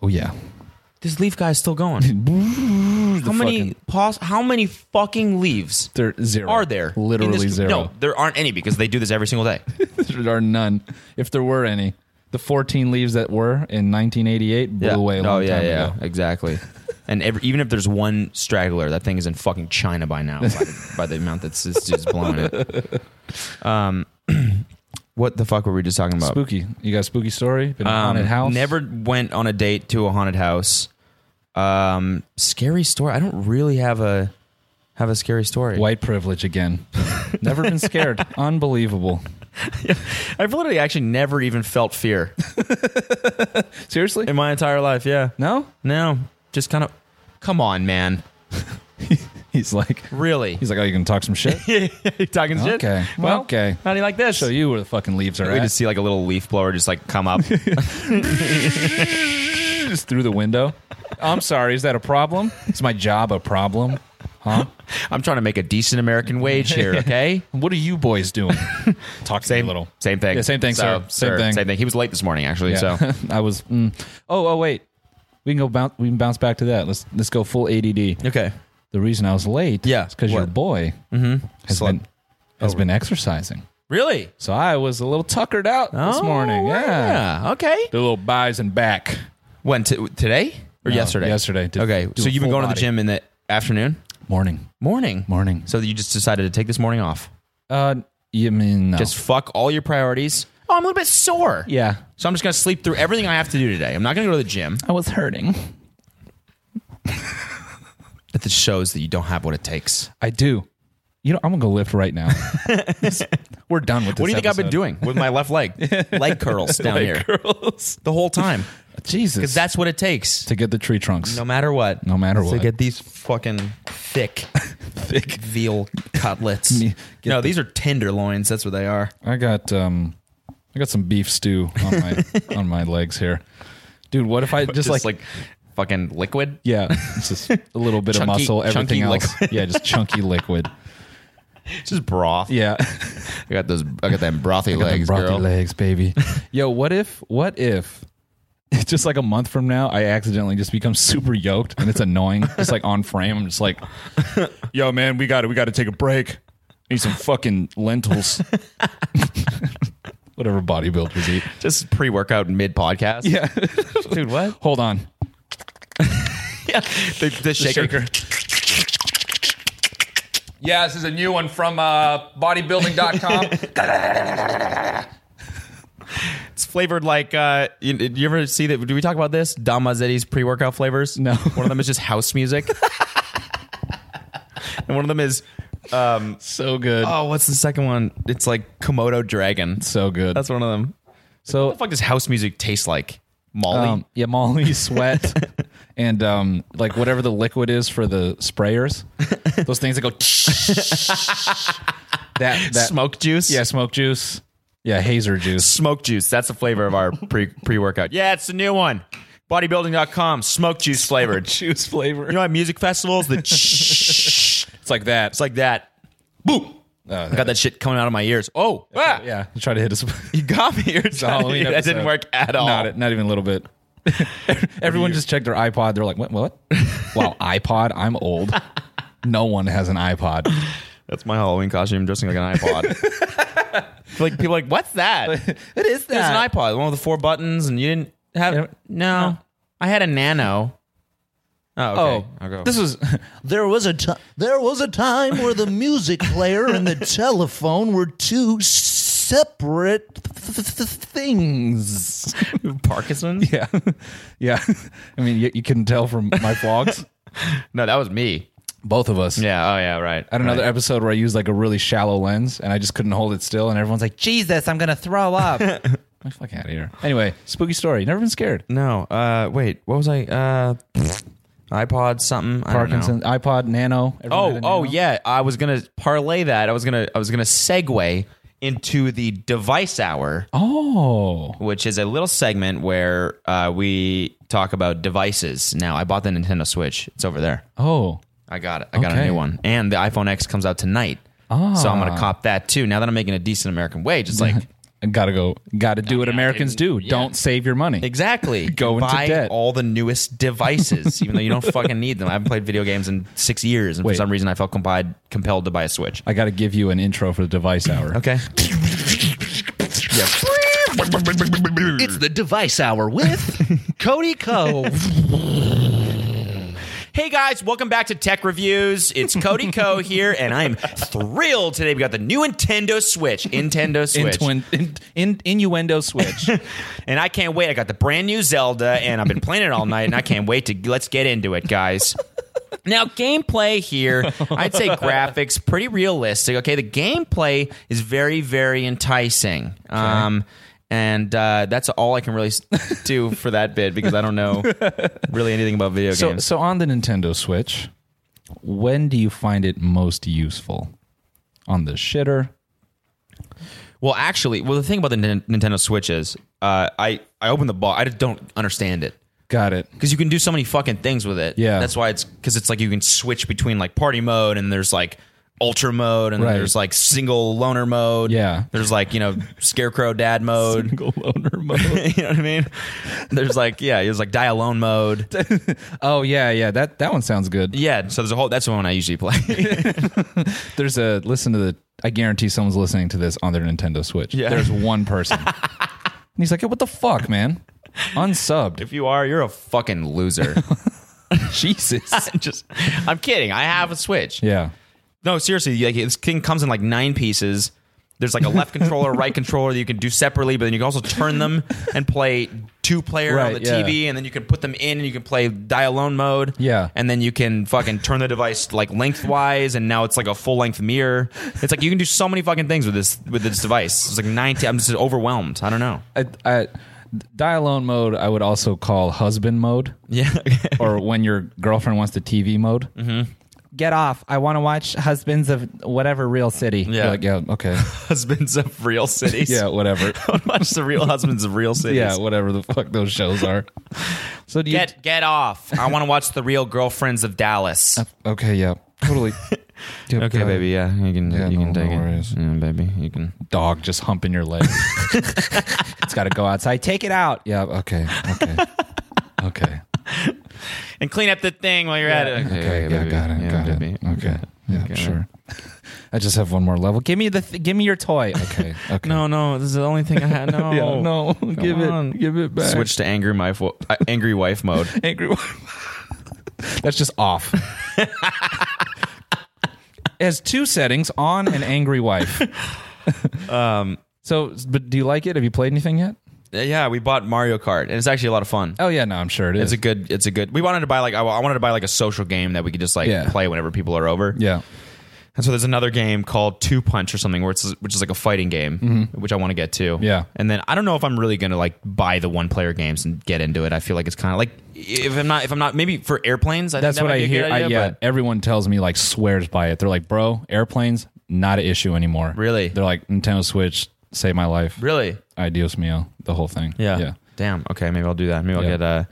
Speaker 2: Oh yeah.
Speaker 1: This leaf guy is still going.
Speaker 2: the
Speaker 1: how many
Speaker 2: fucking-
Speaker 1: pos- how many fucking leaves
Speaker 2: There zero.
Speaker 1: are there? in
Speaker 2: Literally
Speaker 1: this-
Speaker 2: zero.
Speaker 1: No, there aren't any because they do this every single day.
Speaker 2: there are none. If there were any, the 14 leaves that were in 1988 blew away a long
Speaker 1: oh yeah,
Speaker 2: time
Speaker 1: yeah,
Speaker 2: ago.
Speaker 1: exactly. And every, even if there's one straggler, that thing is in fucking China by now, by, the- by the amount that's it's just blowing it. Um, what the fuck were we just talking about?
Speaker 2: Spooky. You got a spooky story? Been in a haunted
Speaker 1: Um,
Speaker 2: house?
Speaker 1: Never went on a date to a haunted house. Um, scary story. I don't really have a have a scary story.
Speaker 2: White privilege again. never been scared. Unbelievable.
Speaker 1: I've literally actually never even felt fear
Speaker 2: Seriously?
Speaker 1: in my entire life. Yeah.
Speaker 2: No?
Speaker 1: No. Just kind of. Come on, man.
Speaker 2: He's like,
Speaker 1: Really?
Speaker 2: he's like, oh, you can talk some shit?
Speaker 1: you talking shit?
Speaker 2: Okay.
Speaker 1: Well,
Speaker 2: okay.
Speaker 1: How do you like this?
Speaker 2: Show you where the fucking leaves are
Speaker 1: We
Speaker 2: at.
Speaker 1: just see like a little leaf blower just like come up.
Speaker 2: just through the window. I'm sorry. Is that a problem? Is my job a problem? Huh?
Speaker 1: I'm trying to make a decent American wage here, okay?
Speaker 2: What are you boys doing? Talk to me a little.
Speaker 1: Same thing.
Speaker 2: Yeah, same thing,
Speaker 1: So,
Speaker 2: sir. Same
Speaker 1: sir,
Speaker 2: thing.
Speaker 1: Same thing. He was late this morning actually,
Speaker 2: Yeah.
Speaker 1: so
Speaker 2: I was. Mm. Oh, oh, wait. We can go bounce. We can bounce back to that. Let's let's go full ADD.
Speaker 1: Okay.
Speaker 2: The reason I was late,
Speaker 1: Yeah,
Speaker 2: is because your
Speaker 1: what? Mm-hmm. Oh.
Speaker 2: boy has
Speaker 1: Slept.
Speaker 2: been has been exercising.
Speaker 1: Really? Oh,
Speaker 2: So I was a little tuckered out this morning. Yeah,
Speaker 1: yeah. Okay.
Speaker 2: the little buys and back.
Speaker 1: When t- today or
Speaker 2: No,
Speaker 1: yesterday?
Speaker 2: yesterday. Did-
Speaker 1: okay.
Speaker 2: do
Speaker 1: So
Speaker 2: a
Speaker 1: you've been
Speaker 2: full
Speaker 1: going to the
Speaker 2: body.
Speaker 1: gym in the afternoon,
Speaker 2: Morning.
Speaker 1: morning,
Speaker 2: Morning.
Speaker 1: So you just decided to take this morning off.
Speaker 2: Uh, you mean no.
Speaker 1: Just fuck all your priorities. Oh, I'm a little bit sore.
Speaker 2: yeah?
Speaker 1: So I'm just gonna sleep through everything I have to do today. I'm not gonna go to the gym.
Speaker 2: I was hurting.
Speaker 1: That just shows that you don't have what it takes.
Speaker 2: I do. You know, I'm gonna go lift right now. We're done with this.
Speaker 1: What do you think I've been
Speaker 2: episode.
Speaker 1: doing with my left leg? leg curls down here the whole time
Speaker 2: Jesus,
Speaker 1: because that's what it takes.
Speaker 2: to get the tree trunks.
Speaker 1: No matter what.
Speaker 2: No matter
Speaker 1: To
Speaker 2: what.
Speaker 1: get these fucking thick, thick veal cutlets.
Speaker 2: Me- get
Speaker 1: no, these are tenderloins. That's what they are.
Speaker 2: I got um, I got some beef stew on my on my legs here, dude. What if I just, like,
Speaker 1: fucking liquid.
Speaker 2: yeah, it's just a little bit
Speaker 1: Chunky-
Speaker 2: of muscle, everything
Speaker 1: chunky
Speaker 2: else, yeah, just chunky liquid,
Speaker 1: Just broth.
Speaker 2: yeah.
Speaker 1: I got those. I got them brothy
Speaker 2: Got them
Speaker 1: legs,
Speaker 2: brothy
Speaker 1: girl.
Speaker 2: legs, baby. Yo, what if? What if? Just like a month from now, I accidentally just become super yoked, and it's annoying. just like on frame, I'm just like, "Yo, man, we got to we got to take a break. Need some fucking lentils." Whatever bodybuilders eat.
Speaker 1: Just pre-workout mid podcast.
Speaker 2: Yeah,
Speaker 1: dude. What?
Speaker 2: hold on.
Speaker 1: yeah. The, the shaker.
Speaker 2: Yeah, this is a new one from uh, bodybuilding.com.
Speaker 1: It's flavored like. Uh, you, you ever see that? Do we talk about this? Don Mazzetti's pre-workout flavors.
Speaker 2: No.
Speaker 1: One of them is just house music, and one of them is. Um,
Speaker 2: so good.
Speaker 1: oh, what's the second one? It's like Komodo dragon.
Speaker 2: So good.
Speaker 1: That's one of them.
Speaker 2: so,
Speaker 1: What the fuck does house music taste like? Molly.
Speaker 2: um, yeah, Molly, sweat, and um, like whatever the liquid is for the sprayers, those things that go. that that
Speaker 1: Smoke juice.
Speaker 2: Yeah, smoke juice. Yeah, hazer juice.
Speaker 1: Smoke juice. That's the flavor of our pre pre workout. Yeah, it's the new one. Bodybuilding.com, smoke juice flavored. You
Speaker 2: Juice flavor.
Speaker 1: know at music festivals? The it's
Speaker 2: it's like that. It's
Speaker 1: like that. Boom. I got that shit coming out of my ears. Oh, ah,
Speaker 2: yeah. Try to hit us.
Speaker 1: you got me. You're trying to-
Speaker 2: Halloween
Speaker 1: that didn't
Speaker 2: episode.
Speaker 1: work at all.
Speaker 2: Not not even a little bit. Everyone just checked their iPod. They're like, what? What? wow, iPod. I'm old. No one has an iPod.
Speaker 1: That's my Halloween costume, dressing like an iPod. like people are like, what's that? It
Speaker 2: is
Speaker 1: was an iPod, the one with the four buttons, and you didn't have.
Speaker 2: Yeah.
Speaker 1: No, I had a Nano. Oh, okay.
Speaker 2: Oh,
Speaker 1: I'll go.
Speaker 2: this was
Speaker 8: There was a ti- there was a time where the music player and the telephone were two separate th- th- th- things.
Speaker 1: Parkinson.
Speaker 2: yeah, yeah. I mean, you, you couldn't tell from my vlogs.
Speaker 1: No, that was me.
Speaker 2: Both of us.
Speaker 1: Yeah. Oh, yeah. Right.
Speaker 2: I had another episode where I used like a really shallow lens and I just couldn't hold it still, and everyone's like,
Speaker 6: Jesus, I'm going to throw up.
Speaker 2: "Get the fuck out of here." Anyway, spooky story. Never been scared.
Speaker 1: No. Uh, wait. What was I? Uh, iPod something. I don't know.
Speaker 2: Parkinson, iPod, Nano. everyone had
Speaker 1: Oh.
Speaker 2: a
Speaker 1: Oh,
Speaker 2: Nano.
Speaker 1: yeah. I was gonna parlay that. I was gonna. I was gonna segue into the device hour,
Speaker 2: Oh,
Speaker 1: which is a little segment where uh, we talk about devices. Now, I bought the Nintendo Switch. It's over there.
Speaker 2: oh.
Speaker 1: I got it. I got a
Speaker 2: Okay. Ah.
Speaker 1: new one, and the iPhone X comes out tonight. So I'm gonna cop that too. Now that I'm making a decent American wage, it's like
Speaker 2: gotta go, gotta do what Americans do. Don't save your money.
Speaker 1: Exactly.
Speaker 2: Go into
Speaker 1: Buy
Speaker 2: debt.
Speaker 1: all the newest devices, even though you don't fucking need them. I haven't played video games in six years, and for
Speaker 2: Wait.
Speaker 1: some reason, I felt compelled compelled to buy a Switch.
Speaker 2: I gotta give you an intro for the device hour.
Speaker 1: Okay.
Speaker 8: It's the device hour with Cody Co.
Speaker 1: Hey guys, welcome back to Tech Reviews. It's Cody Co here, and I'm thrilled today. We got the new Nintendo Switch, Nintendo Switch,
Speaker 2: Intuen- in, in, innuendo switch.
Speaker 1: and I can't wait. I got the brand new Zelda, and I've been playing it all night, and I can't wait to let's get into it, guys. Now, gameplay here, I'd say graphics pretty realistic. Okay, the gameplay is very, very enticing. Um, and uh, that's all I can really s- do for that bit because I don't know really anything about video
Speaker 2: so,
Speaker 1: games.
Speaker 2: so on the Nintendo Switch, when do you find it most useful? On the shitter.
Speaker 1: Well, actually, well, the thing about the Nin- Nintendo Switch is, uh, I I open the box, I just don't understand it
Speaker 2: Got it.
Speaker 1: because you can do so many fucking things with it.
Speaker 2: Yeah.
Speaker 1: that's why it's because it's like you can switch between like party mode and there's like ultra mode and
Speaker 2: Right.
Speaker 1: there's like single loner mode.
Speaker 2: Yeah.
Speaker 1: there's like you know scarecrow dad mode.
Speaker 2: Single loner mode.
Speaker 1: you know what I mean? There's like yeah, there's like die alone mode.
Speaker 2: oh yeah, yeah. That that one sounds good.
Speaker 1: Yeah, so there's a whole. That's the one I usually play.
Speaker 2: There's a listen to the. I guarantee someone's listening to this on their Nintendo Switch.
Speaker 1: Yeah.
Speaker 2: There's one person, and he's like, "Hey, "What the fuck, man? Unsubbed,
Speaker 1: if you are, you're a fucking loser.
Speaker 2: Jesus."
Speaker 1: just, I'm kidding. I have a Switch.
Speaker 2: Yeah.
Speaker 1: No, seriously, like this thing comes in like nine pieces. There's like a left controller, right controller that you can do separately, but then you can also turn them and play two player on the
Speaker 2: Right, yeah.
Speaker 1: TV, and then you can put them in and you can play die alone mode.
Speaker 2: Yeah.
Speaker 1: And then you can fucking turn the device like lengthwise, and now it's like a full length mirror. It's like you can do so many fucking things with this with this device. It's like nine. i I'm just overwhelmed. I don't know.
Speaker 2: I, I, die alone mode. I would also call husband mode.
Speaker 1: Yeah.
Speaker 2: or when your girlfriend wants the TV mode.
Speaker 1: Mm-hmm.
Speaker 2: Get off. I want to watch Husbands of Whatever Real City.
Speaker 1: Yeah.
Speaker 2: You're like, yeah, okay.
Speaker 1: husbands of real cities.
Speaker 2: yeah, whatever.
Speaker 1: Watch the real husbands of real cities.
Speaker 2: yeah, whatever the fuck those shows are. So do you.
Speaker 1: Get get off. I want to watch the real girlfriends of Dallas.
Speaker 2: okay, yeah, totally. Yep,
Speaker 1: Okay,
Speaker 2: got it.
Speaker 1: baby. Yeah, you can.
Speaker 2: Yeah,
Speaker 1: you can
Speaker 2: no-
Speaker 1: take
Speaker 2: no
Speaker 1: it.
Speaker 2: worries.
Speaker 1: Yeah, baby. You can.
Speaker 2: Dog just humping your leg. it's got to go outside. Take it out. Yeah, okay, okay, okay,
Speaker 1: And clean up the thing while you're at it.
Speaker 2: okay. yeah, got it, got it. Okay, yeah, sure. I just have one more level. Give me the, th- give me your toy. Okay, okay.
Speaker 1: No, no. This is the only thing I had. No,
Speaker 2: Yeah, no, give it,
Speaker 1: on.
Speaker 2: give it back.
Speaker 1: Switch to angry my fo- uh, angry wife mode.
Speaker 2: angry That's just off. it has two settings: on and angry wife. um.
Speaker 1: Um,
Speaker 2: So, but do you like it? Have you played anything yet?
Speaker 1: Uh, yeah, we bought Mario Kart, and it's actually a lot of fun.
Speaker 2: Oh yeah, no, I'm sure it is.
Speaker 1: It's a good. It's a good. We wanted to buy like I, I wanted to buy like a social game that we could just like
Speaker 2: Yeah.
Speaker 1: play whenever people are over.
Speaker 2: yeah.
Speaker 1: And so there's another game called Two Punch or something, where it's which is like a fighting game, which I want to get to.
Speaker 2: Mm-hmm. Yeah.
Speaker 1: And then I don't know if I'm really gonna like buy the one player games and get into it. I feel like it's kind of like if I'm not if I'm not maybe for airplanes. I
Speaker 2: That's
Speaker 1: think that
Speaker 2: what
Speaker 1: might
Speaker 2: I
Speaker 1: be a
Speaker 2: hear.
Speaker 1: Good
Speaker 2: I,
Speaker 1: idea,
Speaker 2: yeah,
Speaker 1: but-
Speaker 2: everyone tells me like swears by it. They're like, bro, airplanes not an issue anymore.
Speaker 1: Really?
Speaker 2: They're like Nintendo Switch saved my life.
Speaker 1: really.
Speaker 2: Ideos mio, the whole thing.
Speaker 1: Yeah.
Speaker 2: yeah.
Speaker 1: Damn. Okay. Maybe I'll do that. Maybe I'll
Speaker 2: Yeah.
Speaker 1: get. Uh,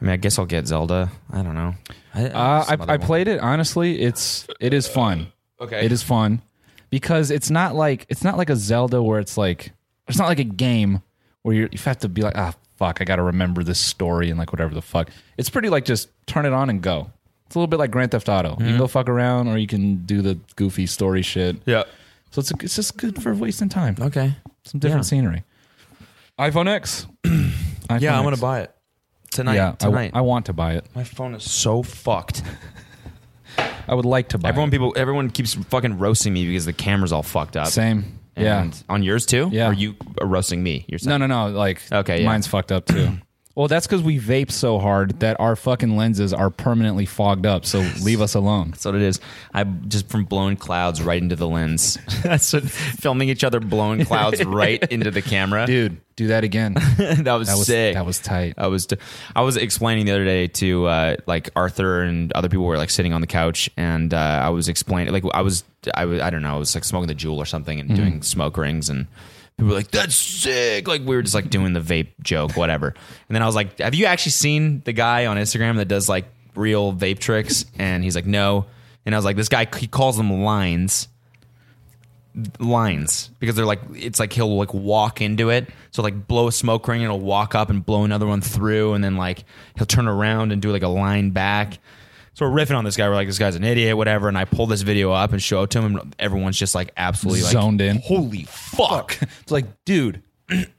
Speaker 1: I mean, I guess I'll get Zelda. I don't know. I,
Speaker 2: Uh,
Speaker 1: some other
Speaker 2: I, I
Speaker 1: one.
Speaker 2: played it. Honestly, it's it is fun.
Speaker 1: okay.
Speaker 2: it is fun because it's not like it's not like a Zelda where it's like it's not like a game where you you have to be like ah fuck I got to remember this story and like whatever the fuck. It's pretty like just turn it on and go. It's a little bit like Grand Theft Auto. You
Speaker 1: Mm-hmm.
Speaker 2: can go fuck around or you can do the goofy story shit.
Speaker 1: Yeah.
Speaker 2: So it's it's just good for wasting time.
Speaker 1: Okay.
Speaker 2: Some different
Speaker 1: Yeah.
Speaker 2: scenery. iPhone X. iPhone
Speaker 1: Yeah, I'm gonna
Speaker 2: X.
Speaker 1: buy it tonight.
Speaker 2: yeah, I-
Speaker 1: tonight.
Speaker 2: I, want to buy it.
Speaker 1: My phone is so fucked.
Speaker 2: I would like to buy
Speaker 1: Everyone,
Speaker 2: it.
Speaker 1: people, everyone keeps fucking roasting me because the camera's all fucked up.
Speaker 2: Same. Yeah.
Speaker 1: And on yours too?
Speaker 2: Yeah.
Speaker 1: Or you are roasting me? You're
Speaker 2: No, no, no. Like,
Speaker 1: Okay, yeah.
Speaker 2: mine's fucked up too. well, that's because we vape so hard that our fucking lenses are permanently fogged up. So leave us alone.
Speaker 1: That's what it is. I just from blown clouds right into the lens. That's what, filming each other blown clouds right into the camera.
Speaker 2: Dude, do that again.
Speaker 1: that was,
Speaker 2: That was
Speaker 1: sick.
Speaker 2: that was tight.
Speaker 1: I was I was explaining the other day to uh, like Arthur and other people were like sitting on the couch and uh, I was explaining like I was I was I don't know I was like smoking the jewel or something
Speaker 2: Mm-hmm.
Speaker 1: and doing smoke rings and people were like that's sick like we were just like doing the vape joke whatever and then I was like have you actually seen the guy on Instagram that does like real vape tricks and he's like no and I was like this guy he calls them lines lines because they're like it's like he'll like walk into it so like blow a smoke ring and he'll walk up and blow another one through and then like he'll turn around and do like a line back so we're riffing on this guy we're like this guy's an idiot whatever and i pull this video up and show it to him and everyone's just like absolutely like,
Speaker 2: Zoned in.
Speaker 1: holy fuck
Speaker 2: It's like, dude,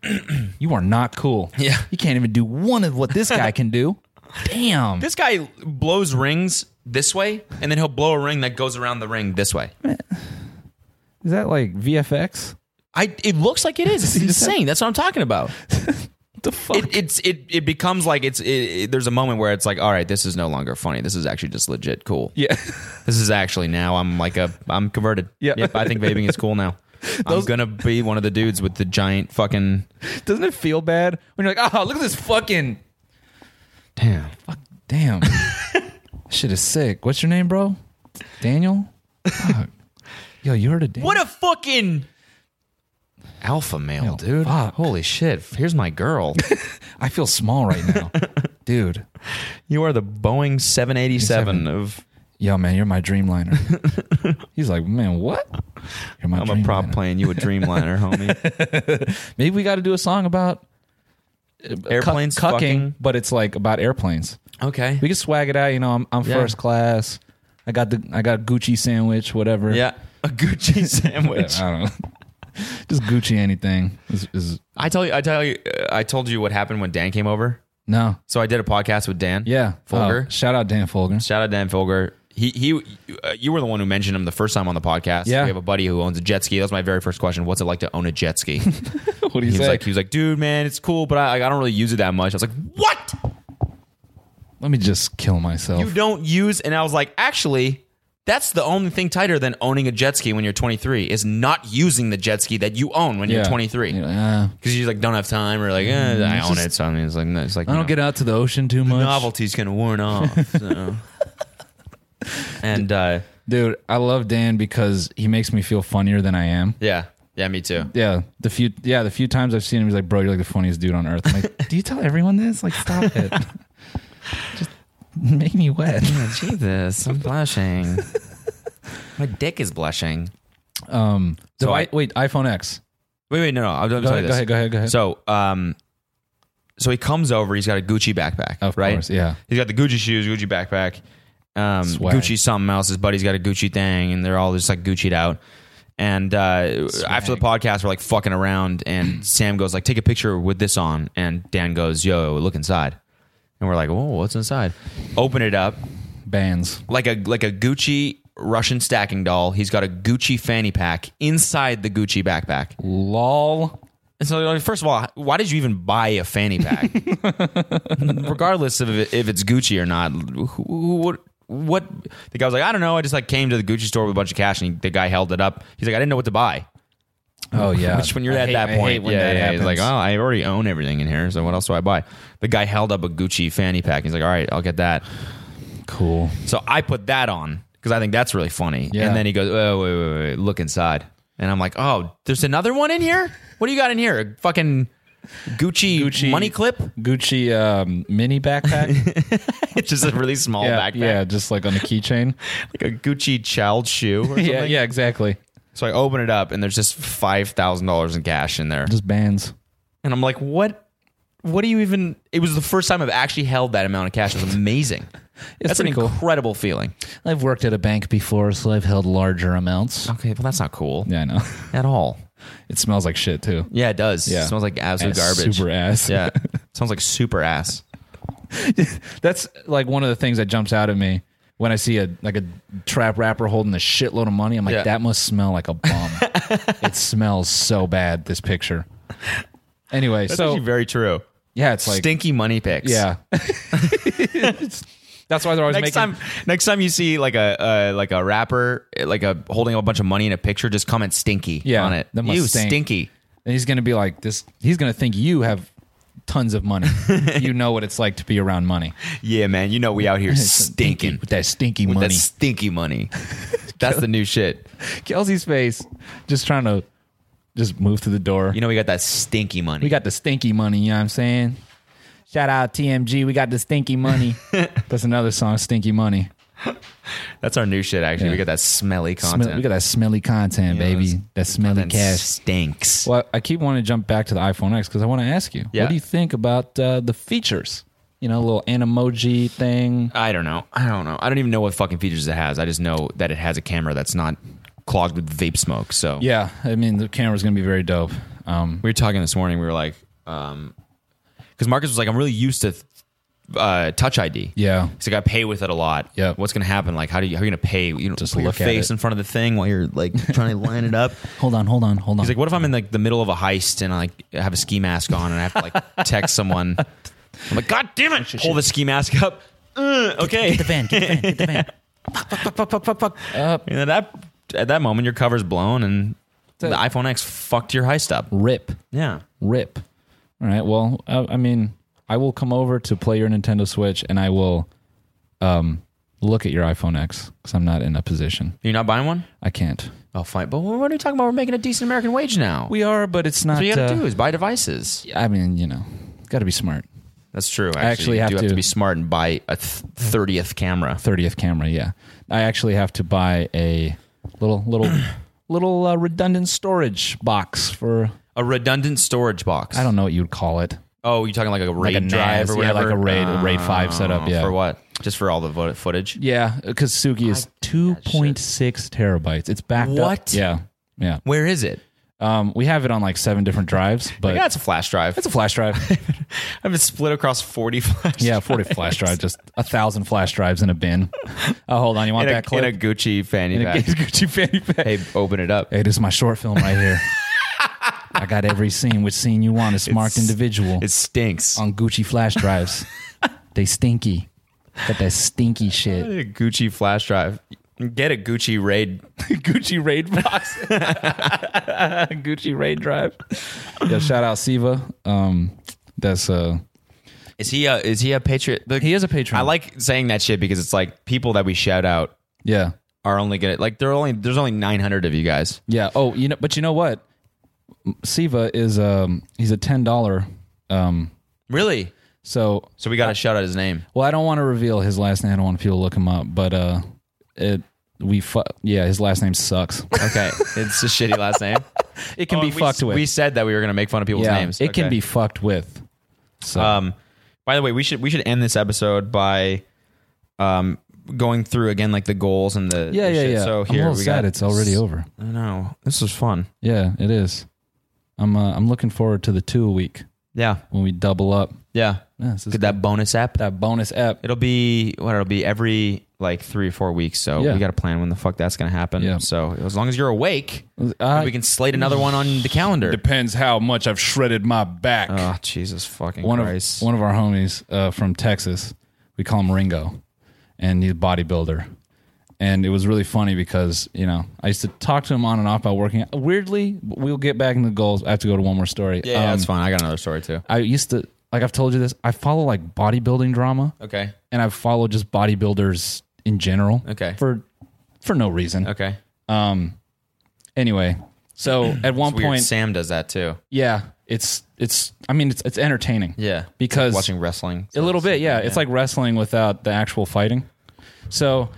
Speaker 2: you are not cool.
Speaker 1: Yeah.
Speaker 2: You can't even do one of what this guy can do. Damn.
Speaker 1: this guy blows rings this way and then he'll blow a ring that goes around the ring this way
Speaker 2: Is that like VFX?
Speaker 1: i it looks like it is it's insane that's what i'm talking about
Speaker 2: the fuck?
Speaker 1: it, it's it it becomes like it's it, it- there's a moment where it's like all right this is no longer funny this is actually just legit cool
Speaker 2: yeah.
Speaker 1: this is actually now i'm like a i'm converted
Speaker 2: Yeah.
Speaker 1: yep i think vaping is cool now i'm gonna be one of the dudes with the giant fucking
Speaker 2: Doesn't it feel bad when you're like, oh, look at this fucking.
Speaker 1: damn
Speaker 2: Fuck, damn. Shit is sick. What's your name, bro? Daniel? Fuck. Yo, you heard of Daniel?
Speaker 1: what a fucking alpha male dude
Speaker 2: fuck.
Speaker 1: holy shit here's my girl
Speaker 2: I feel small right now. Dude.
Speaker 1: you are the boeing 787 of
Speaker 2: Yo, man, you're my dreamliner. He's like, man, what? You're my
Speaker 1: i'm a prop
Speaker 2: dreamliner."
Speaker 1: playing you a dreamliner homie
Speaker 2: Maybe we got to do a song about
Speaker 1: airplanes
Speaker 2: cuck- cucking,
Speaker 1: fucking
Speaker 2: but it's like about airplanes.
Speaker 1: okay
Speaker 2: We can swag it out. You know, I'm, I'm
Speaker 1: Yeah.
Speaker 2: first class. I got the I got Gucci sandwich, whatever.
Speaker 1: yeah Uh, a gucci
Speaker 2: I
Speaker 1: sandwich
Speaker 2: don't know. Just Gucci anything is, is
Speaker 1: I tell you, I tell you, uh, I told you what happened when Dan came over.
Speaker 2: no.
Speaker 1: So I did a podcast with Dan.
Speaker 2: Yeah,
Speaker 1: Folger.
Speaker 2: Oh, shout out Dan Folger.
Speaker 1: Shout out Dan Folger. He he, uh, you were the one who mentioned him the first time on the podcast.
Speaker 2: Yeah.
Speaker 1: we have a buddy who owns a jet ski. That was my very first question. What's it like to own a jet ski?
Speaker 2: What do
Speaker 1: he was like, he was like, dude, man, it's cool, but I, like, I don't really use it that much. I was like, what?
Speaker 2: Let me just kill
Speaker 1: You
Speaker 2: myself.
Speaker 1: don't use? And I was like, actually, that's the only thing tighter than owning a jet ski when you're 23 is not using the jet ski that you own when
Speaker 2: Yeah.
Speaker 1: you're 23
Speaker 2: You're
Speaker 1: because
Speaker 2: like, "Ah,
Speaker 1: you like don't have time or like eh, I own it. So I mean, it's like no, it's like
Speaker 2: I
Speaker 1: you
Speaker 2: don't
Speaker 1: know.
Speaker 2: get out to the ocean too much.
Speaker 1: novelty's kind of worn off. So. and uh,
Speaker 2: Dude, I love Dan because he makes me feel funnier than I am.
Speaker 1: yeah, yeah, me too.
Speaker 2: Yeah, the few yeah the few times I've seen him, he's like, "Bro, you're like the funniest dude on earth." I'm like, "Do you tell everyone this? Like, stop it. Just make me wet."
Speaker 1: Jesus, I'm blushing. My dick is blushing.
Speaker 2: Um,
Speaker 1: So
Speaker 2: so
Speaker 1: I-
Speaker 2: wait, iPhone X.
Speaker 1: Wait, wait, no, no. I'm, I'm
Speaker 2: Go
Speaker 1: sorry.
Speaker 2: ahead, go ahead, go ahead, go ahead.
Speaker 1: So, um, so he comes over. He's got a Gucci backpack,
Speaker 2: Of
Speaker 1: right?
Speaker 2: course, yeah.
Speaker 1: He's got the Gucci shoes, Gucci backpack, um,
Speaker 2: Swag.
Speaker 1: Gucci something else. His buddy's got a Gucci thing, and they're all just like Gucci'd out. And uh, after the podcast, we're like fucking around, and Sam goes like, "Take a picture with this on," and Dan goes, "Yo, look inside." And we're like, "Whoa, what's inside?" Open it up,
Speaker 2: Bands.
Speaker 1: like a like a Gucci Russian stacking doll. He's got a Gucci fanny pack inside the Gucci backpack.
Speaker 2: Lol.
Speaker 1: And so, like, first of all, why did you even buy a fanny pack? Regardless of it, if it's Gucci or not, who, who, what? What the guy was like, I don't know. I just like came to the Gucci store with a bunch of cash, and he, the guy held it up. He's like, I didn't know what to buy.
Speaker 2: Oh yeah.
Speaker 1: Which, when you're
Speaker 2: I
Speaker 1: at
Speaker 2: hate-
Speaker 1: that
Speaker 2: I hate
Speaker 1: point,
Speaker 2: when
Speaker 1: yeah,
Speaker 2: that
Speaker 1: yeah, he's like,
Speaker 2: happens.
Speaker 1: oh, I already own everything in here, so what else do I buy? The guy held up a Gucci fanny pack. He's like, all right, I'll get that.
Speaker 2: cool.
Speaker 1: So I put that on because I think that's really funny.
Speaker 2: Yeah.
Speaker 1: And then he goes, oh, wait, wait, wait, wait, look inside. And I'm like, oh, there's another one in here? What do you got in here? A fucking Gucci,
Speaker 2: Gucci-
Speaker 1: money clip?
Speaker 2: Gucci um, mini backpack.
Speaker 1: It's just a really small
Speaker 2: yeah,
Speaker 1: backpack.
Speaker 2: yeah, just like on a keychain.
Speaker 1: Like a Gucci child shoe or something.
Speaker 2: yeah, yeah, exactly.
Speaker 1: So I open it up and there's just $5,000 in cash in there.
Speaker 2: Just bands.
Speaker 1: And I'm like, what? What do you even? It was the first time I've actually held that amount of cash. It was amazing. That's an
Speaker 2: pretty cool.
Speaker 1: incredible feeling.
Speaker 2: I've worked at a bank before, so I've held larger amounts.
Speaker 1: Okay, well, that's not cool
Speaker 2: Yeah, I know.
Speaker 1: at all.
Speaker 2: It smells like shit too.
Speaker 1: Yeah, it does.
Speaker 2: Yeah.
Speaker 1: It smells like absolute
Speaker 2: Ass,
Speaker 1: garbage.
Speaker 2: Super ass.
Speaker 1: Yeah. Sounds like super ass.
Speaker 2: That's like one of the things that jumps out at me when I see a like a trap rapper holding a shitload of money. I'm like,
Speaker 1: Yeah.
Speaker 2: that must smell like a bum. it smells so bad. This picture. Anyway, so
Speaker 1: very true.
Speaker 2: yeah, it's like
Speaker 1: Stinky money picks.
Speaker 2: yeah. That's why they're always
Speaker 1: Next
Speaker 2: making.
Speaker 1: time, next time you see like a uh, like a rapper like a holding a bunch of money in a picture, just comment stinky
Speaker 2: Yeah,
Speaker 1: on it.
Speaker 2: that must
Speaker 1: you
Speaker 2: stink.
Speaker 1: stinky.
Speaker 2: and he's gonna be like this. He's gonna think you have tons of money. you know what it's like to be around money.
Speaker 1: Yeah, man. You know we out here stinking
Speaker 2: with that stinky
Speaker 1: with
Speaker 2: money.
Speaker 1: that stinky money. That's the new shit.
Speaker 2: Kelsey's face, just trying to just move through the door.
Speaker 1: You know we got that stinky money.
Speaker 2: We got the stinky money, you know what I'm saying? Shout out TMG, we got the stinky money. That's another song, Stinky Money.
Speaker 1: That's our new shit. Actually, we got that smelly content.
Speaker 2: Smell- we got that smelly content, baby. That smelly
Speaker 1: Content
Speaker 2: cash.
Speaker 1: stinks.
Speaker 2: Well, I keep wanting to jump back to the iPhone X because I want to ask you,
Speaker 1: Yeah.
Speaker 2: what do you think about uh, the features? You know, little animoji thing.
Speaker 1: I don't know. I don't know. I don't even know what fucking features it has. I just know that it has a camera that's not clogged with vape smoke. So
Speaker 2: Yeah, I mean the camera's gonna be very dope. Um,
Speaker 1: we were talking this morning. We were like, because Marcus was like, I'm really used to uh, Touch ID.
Speaker 2: yeah,
Speaker 1: So I got pay with it a lot.
Speaker 2: Yeah.
Speaker 1: What's gonna happen? Like, how do you how are you gonna pay? You know,
Speaker 2: Just
Speaker 1: just put your
Speaker 2: look at
Speaker 1: face
Speaker 2: it.
Speaker 1: in front of the thing while you're like trying to line it up.
Speaker 2: hold on, hold on, hold on.
Speaker 1: He's like, what if I'm in like the middle of a heist and I like have a ski mask on and I have to like text someone? I'm like, God damn it! Pull the ski mask up. Uh, okay.
Speaker 6: Get the van. Get the van. Get the van.
Speaker 1: And at that at that moment, your cover's blown and the iPhone X fucked your heist up.
Speaker 2: rip,
Speaker 1: Yeah.
Speaker 2: rip. All right. Well, I, I mean, I will come over to play your Nintendo Switch, and I will um, look at your iPhone X because I'm not in a position.
Speaker 1: You're not buying one?
Speaker 2: I can't.
Speaker 1: Oh, fine. But what are you talking about? We're making a decent American wage now.
Speaker 2: We are, but it's not.
Speaker 1: so you gotta
Speaker 2: uh,
Speaker 1: do is buy devices.
Speaker 2: I mean, you know, got to be smart.
Speaker 1: That's true. Actually,
Speaker 2: actually
Speaker 1: you
Speaker 2: have
Speaker 1: do have to.
Speaker 2: to-
Speaker 1: be smart and buy a thirtieth camera.
Speaker 2: Thirtieth camera. Yeah, I actually have to buy a little, little, little uh, redundant storage box for.
Speaker 1: A redundant storage box.
Speaker 2: I don't know what you'd call it.
Speaker 1: Oh, you're talking like a raid
Speaker 2: a
Speaker 1: drive
Speaker 2: NAS,
Speaker 1: or
Speaker 2: yeah,
Speaker 1: whatever.
Speaker 2: like a RAID- a RAID 5 setup,
Speaker 1: Oh,
Speaker 2: yeah.
Speaker 1: For what? Just for all the vo- footage.
Speaker 2: Yeah, because Suki is two point six terabytes. It's backed up.
Speaker 1: What?
Speaker 2: Yeah, yeah.
Speaker 1: Where is it?
Speaker 2: Um, we have it on like seven different drives, but
Speaker 1: yeah, it's a flash drive.
Speaker 2: Uh, it's a flash drive.
Speaker 1: I've been split across forty flash.
Speaker 2: yeah, forty flash drive, just a thousand flash drives in a bin. Oh, hold on, you want
Speaker 1: in a,
Speaker 2: that clip?
Speaker 1: in a Gucci fanny
Speaker 2: In a
Speaker 1: pack.
Speaker 2: Gucci fanny pack.
Speaker 1: hey, open it up.
Speaker 2: Hey, this is my short film right here. I got every scene. Which scene you want? It's marked individual
Speaker 1: It stinks.
Speaker 2: on Gucci flash drives. they stinky. Got that stinky shit.
Speaker 1: A Gucci flash drive. Get a Gucci raid.
Speaker 2: Gucci raid box. Gucci raid drive. Yeah, shout out Siva. Um, that's uh,
Speaker 1: Is he a is he a patriot? The-
Speaker 2: He is a patron.
Speaker 1: I like saying that shit because it's like people that we shout out
Speaker 2: yeah,
Speaker 1: are only gonna like there are only there's only nine hundred of you guys.
Speaker 2: yeah. Oh, you know, but you know what? Siva is um, he's a ten dollar. Um,
Speaker 1: Really?
Speaker 2: so
Speaker 1: So we gotta shout out his name.
Speaker 2: Well, I don't want to reveal his last name. I don't want people to look him up, but uh, it we fu- yeah, his last name sucks. Oh,
Speaker 1: Okay. it's a shitty last name. Oh,
Speaker 2: It can be
Speaker 1: we,
Speaker 2: fucked with.
Speaker 1: We said that we were gonna make fun of people's
Speaker 2: yeah,
Speaker 1: names.
Speaker 2: it can
Speaker 1: Okay.
Speaker 2: be fucked with. So
Speaker 1: Um, by the way, we should we should end this episode by um going through again like the goals and the
Speaker 2: yeah,
Speaker 1: the
Speaker 2: yeah,
Speaker 1: shit.
Speaker 2: yeah.
Speaker 1: So
Speaker 2: I'm
Speaker 1: here
Speaker 2: a little
Speaker 1: we
Speaker 2: sad
Speaker 1: got.
Speaker 2: it's already over.
Speaker 1: I know this was fun.
Speaker 2: Yeah, it is. I'm uh, I'm looking forward to the two a week
Speaker 1: Yeah,
Speaker 2: when we double up.
Speaker 1: yeah.
Speaker 2: Yeah, this is
Speaker 1: Get that bonus app.
Speaker 2: that bonus app.
Speaker 1: It'll be what it'll be every like three or four weeks. So
Speaker 2: Yeah.
Speaker 1: we got to plan when the fuck that's gonna happen.
Speaker 2: Yeah.
Speaker 1: So as long as you're awake,
Speaker 2: Uh,
Speaker 1: we can slate another one on the calendar.
Speaker 2: Depends how much I've shredded my back.
Speaker 1: oh Jesus fucking
Speaker 2: one
Speaker 1: Christ!
Speaker 2: of one of our homies uh, from Texas. We call him Ringo, and he's a bodybuilder. And it was really funny because you know I used to talk to him on and off about working. out. Weirdly, we'll get back into goals. I have to go to one more story.
Speaker 1: yeah, yeah,
Speaker 2: Um,
Speaker 1: that's fine. I got another story too.
Speaker 2: I used to like I've told you this. I follow like bodybuilding drama,
Speaker 1: Okay,
Speaker 2: and I've followed just bodybuilders in general.
Speaker 1: Okay.
Speaker 2: for for no reason. Um,
Speaker 1: okay.
Speaker 2: Anyway, so at one
Speaker 1: It's weird.
Speaker 2: point,
Speaker 1: Sam does that too.
Speaker 2: yeah, it's it's. I mean, it's it's entertaining.
Speaker 1: Yeah,
Speaker 2: because
Speaker 1: watching wrestling
Speaker 2: a little bit, yeah. It's like wrestling without the actual fighting. So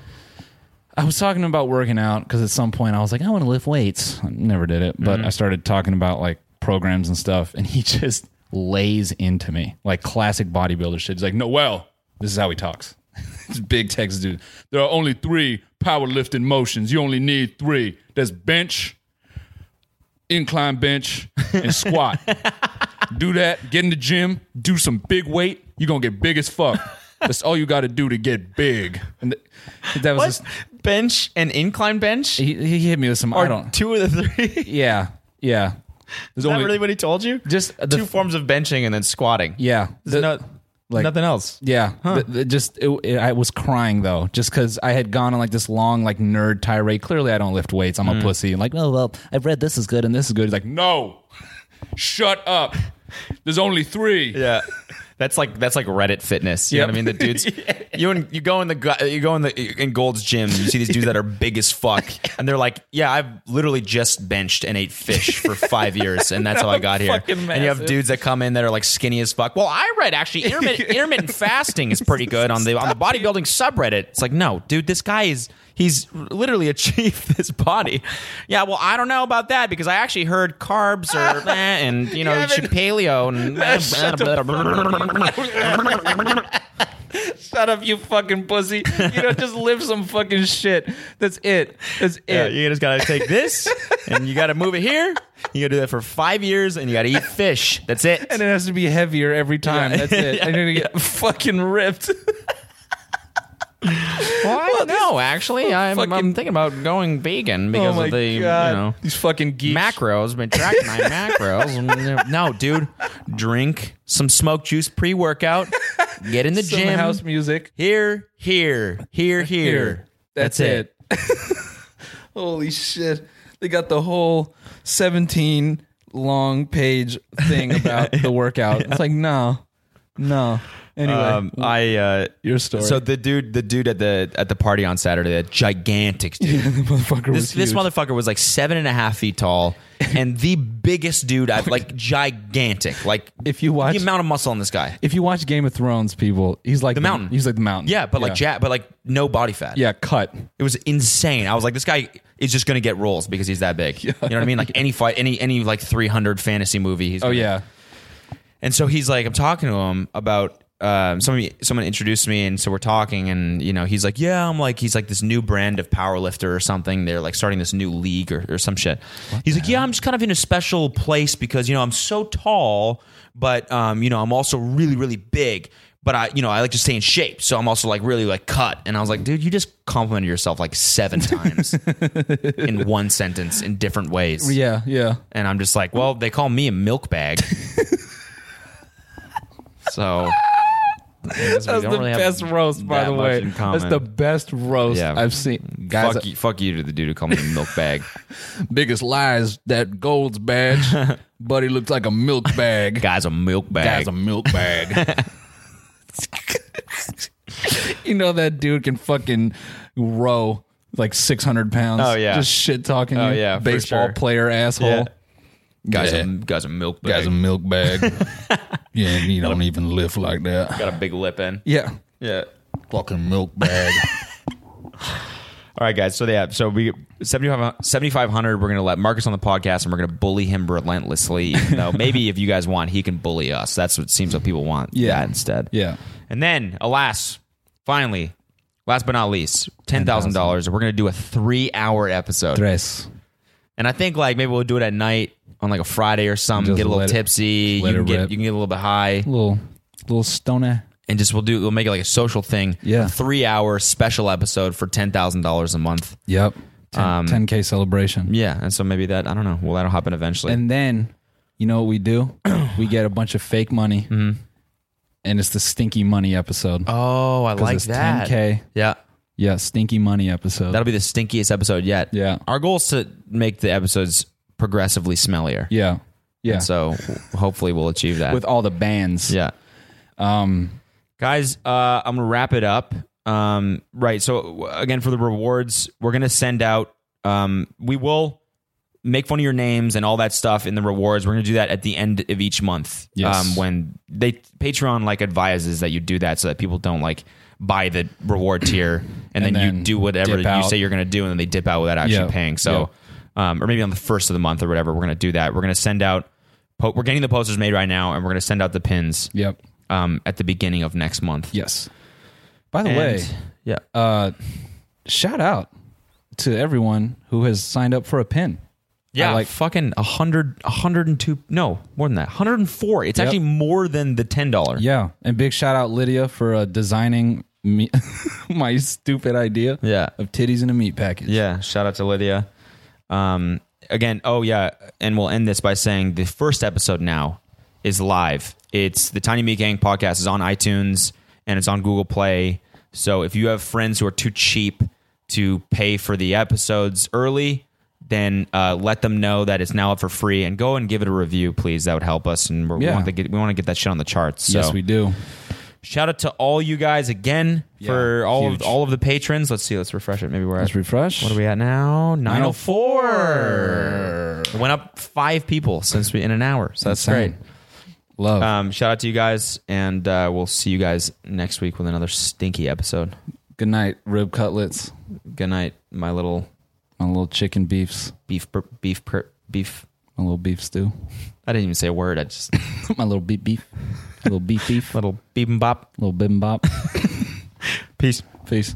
Speaker 2: I was talking about working out because at some point I was like, I want to lift weights. I never did it, but I started talking about like programs and stuff, and he just lays into me like classic bodybuilder shit. He's like, Noel, this is how he talks. This big Texas dude. There are only three powerlifting motions. You only need three. There's bench, incline bench, and squat. do that. Get in the gym. Do some big weight. You're gonna get big as fuck. That's all you got to do to get big. And th- that was
Speaker 1: What?
Speaker 2: just,
Speaker 1: bench and incline bench
Speaker 2: he, he hit me with some. I
Speaker 1: or
Speaker 2: don't.
Speaker 1: two of the three.
Speaker 2: yeah, yeah.
Speaker 1: Is
Speaker 2: There's
Speaker 1: that really what he told you?
Speaker 2: Just the-
Speaker 1: two forms of benching and then squatting.
Speaker 2: yeah.
Speaker 1: There's
Speaker 2: The-
Speaker 1: no,
Speaker 2: like-
Speaker 1: nothing else.
Speaker 2: Yeah, Th- th- just it, it- I was crying though, just because I had gone on like this long like nerd tirade. Clearly, I don't lift weights. I'm a pussy. And like, oh well, I've read this is good and this is good. He's like, no, shut up. There's only three.
Speaker 1: Yeah. That's like that's like Reddit fitness. You know what I mean? The dudes you and you go in the gu- you go in the in Gold's gym. You see these dudes that are big as fuck, and they're like, "Yeah, I've literally just benched and ate fish for five years, and that's how I got here."
Speaker 8: Fucking
Speaker 1: And you have
Speaker 8: massive.
Speaker 1: dudes that come in that are like skinny as fuck. Well, I read actually intermittent, intermittent fasting is pretty good on the on the bodybuilding subreddit. It's like, no, dude, this guy is he's literally achieved this body. Yeah, well, I don't know about that because I actually heard carbs or eh, and you know you should paleo and
Speaker 8: Shut up, you fucking pussy. You know, just live some fucking shit. That's it. That's it.
Speaker 1: Yeah, you just gotta take this and you gotta move it here. You gotta do that for five years and you gotta eat fish. That's it.
Speaker 8: and it has to be heavier every time. That's it. I'm gonna get fucking ripped.
Speaker 1: well, I don't know. Actually, I'm, I'm
Speaker 8: fucking-
Speaker 1: thinking about going vegan because
Speaker 8: oh my
Speaker 1: of the
Speaker 8: god!
Speaker 1: you know
Speaker 8: These fucking geeks.
Speaker 1: macros. Been tracking my macros. Mm, no, dude, drink some smoke juice pre workout. Get in the
Speaker 8: Some
Speaker 1: gym.
Speaker 8: house music.
Speaker 1: here, here, here, here.
Speaker 8: That's, it. Holy shit! They got the whole 17 long page thing about the workout. It's like no, no. Anyway,
Speaker 1: Um, I uh,
Speaker 8: your story.
Speaker 1: so the dude, the dude at the at the party on Saturday, that gigantic dude.
Speaker 8: the motherfucker
Speaker 1: This,
Speaker 8: was
Speaker 1: this
Speaker 8: huge.
Speaker 1: motherfucker was like seven and a half feet tall and the biggest dude I've like gigantic. Like
Speaker 8: If you watch-
Speaker 1: the amount of muscle on this guy.
Speaker 8: If you watch Game of Thrones, people, he's like the,
Speaker 1: mountain.
Speaker 8: He's like the mountain.
Speaker 1: Yeah, but like Jack, but like no body fat.
Speaker 8: yeah, cut.
Speaker 1: It was insane. I was like, this guy is just gonna get roles because he's that big. You know what I mean? Like any fight any any like three hundred fantasy movie he's
Speaker 8: Oh
Speaker 1: gonna-
Speaker 8: yeah.
Speaker 1: And so he's like, I'm talking to him about um, somebody. Someone introduced me, and so we're talking, and you know, he's like, yeah, I'm like, he's like this new brand of powerlifter or something. They're like starting this new league or, or some shit. he's like, yeah, I'm just kind of in a special place because you know I'm so tall, but um, you know I'm also really really big. But I, you know, I like to stay in shape, so I'm also like really like cut. And I was like, dude, you just complimented yourself like seven times in one sentence in different ways.
Speaker 8: Yeah, yeah.
Speaker 1: And I'm just like, well, they call me a milk bag. so that's
Speaker 8: That's the best roast, by the way. That's the best roast
Speaker 1: Yeah.
Speaker 8: I've seen. Guys,
Speaker 1: fuck you, fuck you to the dude who called me a milk bag.
Speaker 8: biggest lies that Gold's badge, buddy looks like a milk bag.
Speaker 1: Guy's a milk bag.
Speaker 8: Guy's a milk bag. you know that dude can fucking row like six hundred pounds.
Speaker 1: Oh, yeah.
Speaker 8: just shit talking.
Speaker 1: Oh,
Speaker 8: you.
Speaker 1: yeah, for
Speaker 8: baseball
Speaker 1: sure.
Speaker 8: player asshole.
Speaker 1: Yeah. guy's,
Speaker 2: Yeah.
Speaker 1: a, guy's a milk bag.
Speaker 2: Guy's a milk bag. yeah, and you don't even lift like that.
Speaker 1: Got a big lip in.
Speaker 8: Yeah,
Speaker 1: Yeah.
Speaker 2: Fucking milk bag.
Speaker 1: All right, guys. So yeah, so we 75 7500 we're going to let Marcus on the podcast and we're going to bully him relentlessly. Even though maybe if you guys want, he can bully us. That's what seems what people want.
Speaker 8: Yeah.
Speaker 1: that instead.
Speaker 8: yeah.
Speaker 1: And then, alas, finally, last but not least, ten thousand dollars. We're gonna do a three-hour episode,
Speaker 8: Dress.
Speaker 1: and I think like maybe we'll do it at night on like a Friday or something.
Speaker 8: Just
Speaker 1: get a little
Speaker 8: let it-
Speaker 1: tipsy. you
Speaker 8: let
Speaker 1: can
Speaker 8: it
Speaker 1: get
Speaker 8: rip.
Speaker 1: you can get a little bit high,
Speaker 8: Little little stoner.
Speaker 1: and just we'll do we'll make it like a social thing.
Speaker 8: Yeah.
Speaker 1: three-hour special episode for ten thousand dollars a month.
Speaker 8: Yep. 10, 10k celebration.
Speaker 1: Um, Yeah, and so maybe that I don't know. Well, that'll happen eventually.
Speaker 8: And then, you know what we do? we get a bunch of fake money, and it's the stinky money episode.
Speaker 1: Mm-hmm. oh, I like
Speaker 8: it's
Speaker 1: that.
Speaker 8: 10K.
Speaker 1: Yeah.
Speaker 8: Yeah, stinky money episode.
Speaker 1: That'll be the stinkiest episode yet.
Speaker 8: Yeah.
Speaker 1: Our goal is to make the episodes progressively smellier.
Speaker 8: yeah, yeah.
Speaker 1: And so hopefully we'll achieve that.
Speaker 8: With all the bands.
Speaker 1: Yeah.
Speaker 8: Um.
Speaker 1: Guys, uh, I'm going to wrap it up. Um, right. So, w- again, for the rewards, we're going to send out, um, we will make fun of your names and all that stuff in the rewards. We're going to do that at the end of each month.
Speaker 8: Yes.
Speaker 1: Um, when they, Patreon like advises that you do that so that people don't like buy the reward tier and, then,
Speaker 8: And
Speaker 1: you
Speaker 8: then
Speaker 1: do whatever
Speaker 8: dip
Speaker 1: you
Speaker 8: out.
Speaker 1: say you're going to do and then they dip out without actually
Speaker 8: Yeah.
Speaker 1: paying. So,
Speaker 8: Yeah.
Speaker 1: um, or maybe on the first of the month or whatever, we're going to do that. We're going to send out, po- we're getting the posters made right now and we're going to send out the pins
Speaker 8: Yep.
Speaker 1: um, at the beginning of next month.
Speaker 8: Yes. By the
Speaker 1: And-
Speaker 8: way,
Speaker 1: yeah.
Speaker 8: uh, shout out to everyone who has signed up for a pin.
Speaker 1: yeah,
Speaker 8: I
Speaker 1: like
Speaker 8: like-
Speaker 1: fucking 100, 102, no, more than that, 104. It's
Speaker 8: Yep.
Speaker 1: actually more than the $10.
Speaker 8: Yeah, and big shout out Lydia for uh, designing me my stupid idea.
Speaker 1: Yeah.
Speaker 8: of titties in a meat package.
Speaker 1: Yeah. Shout out to Lydia. Um, again, oh, yeah. And we'll end this by saying the first episode now is live. It's the Tiny Meat Gang podcast is on iTunes and it's on Google Play. So if you have friends who are too cheap to pay for the episodes early, then uh, let them know that it's now up for free and go and give it a review, please. That would help us, and we're, we
Speaker 8: Yeah.
Speaker 1: want to get we want to get that shit on the charts. So.
Speaker 8: Yes, we do.
Speaker 1: Shout out to all you guys again for
Speaker 8: Yeah,
Speaker 1: all
Speaker 8: huge.
Speaker 1: of all of the patrons. Let's see. Let's refresh it. Maybe we're
Speaker 8: Let's
Speaker 1: at,
Speaker 8: refresh.
Speaker 1: what are we at now? Nine oh four.
Speaker 8: 904.
Speaker 1: Went up five people since we in an hour. So that's
Speaker 8: Insane.
Speaker 1: great.
Speaker 8: Love.
Speaker 1: Um, shout out to you guys, and uh, we'll see you guys next week with another stinky episode.
Speaker 8: Good night, rib cutlets,
Speaker 1: Good night, my little
Speaker 8: my little chicken beefs,
Speaker 1: beef per, beef per, beef.
Speaker 8: my little beef stew,
Speaker 1: I didn't even say a word. I just
Speaker 8: my little beef beef, my little beef beef,
Speaker 1: little beep and bop.
Speaker 8: little bimbop.
Speaker 1: Peace.
Speaker 8: Peace.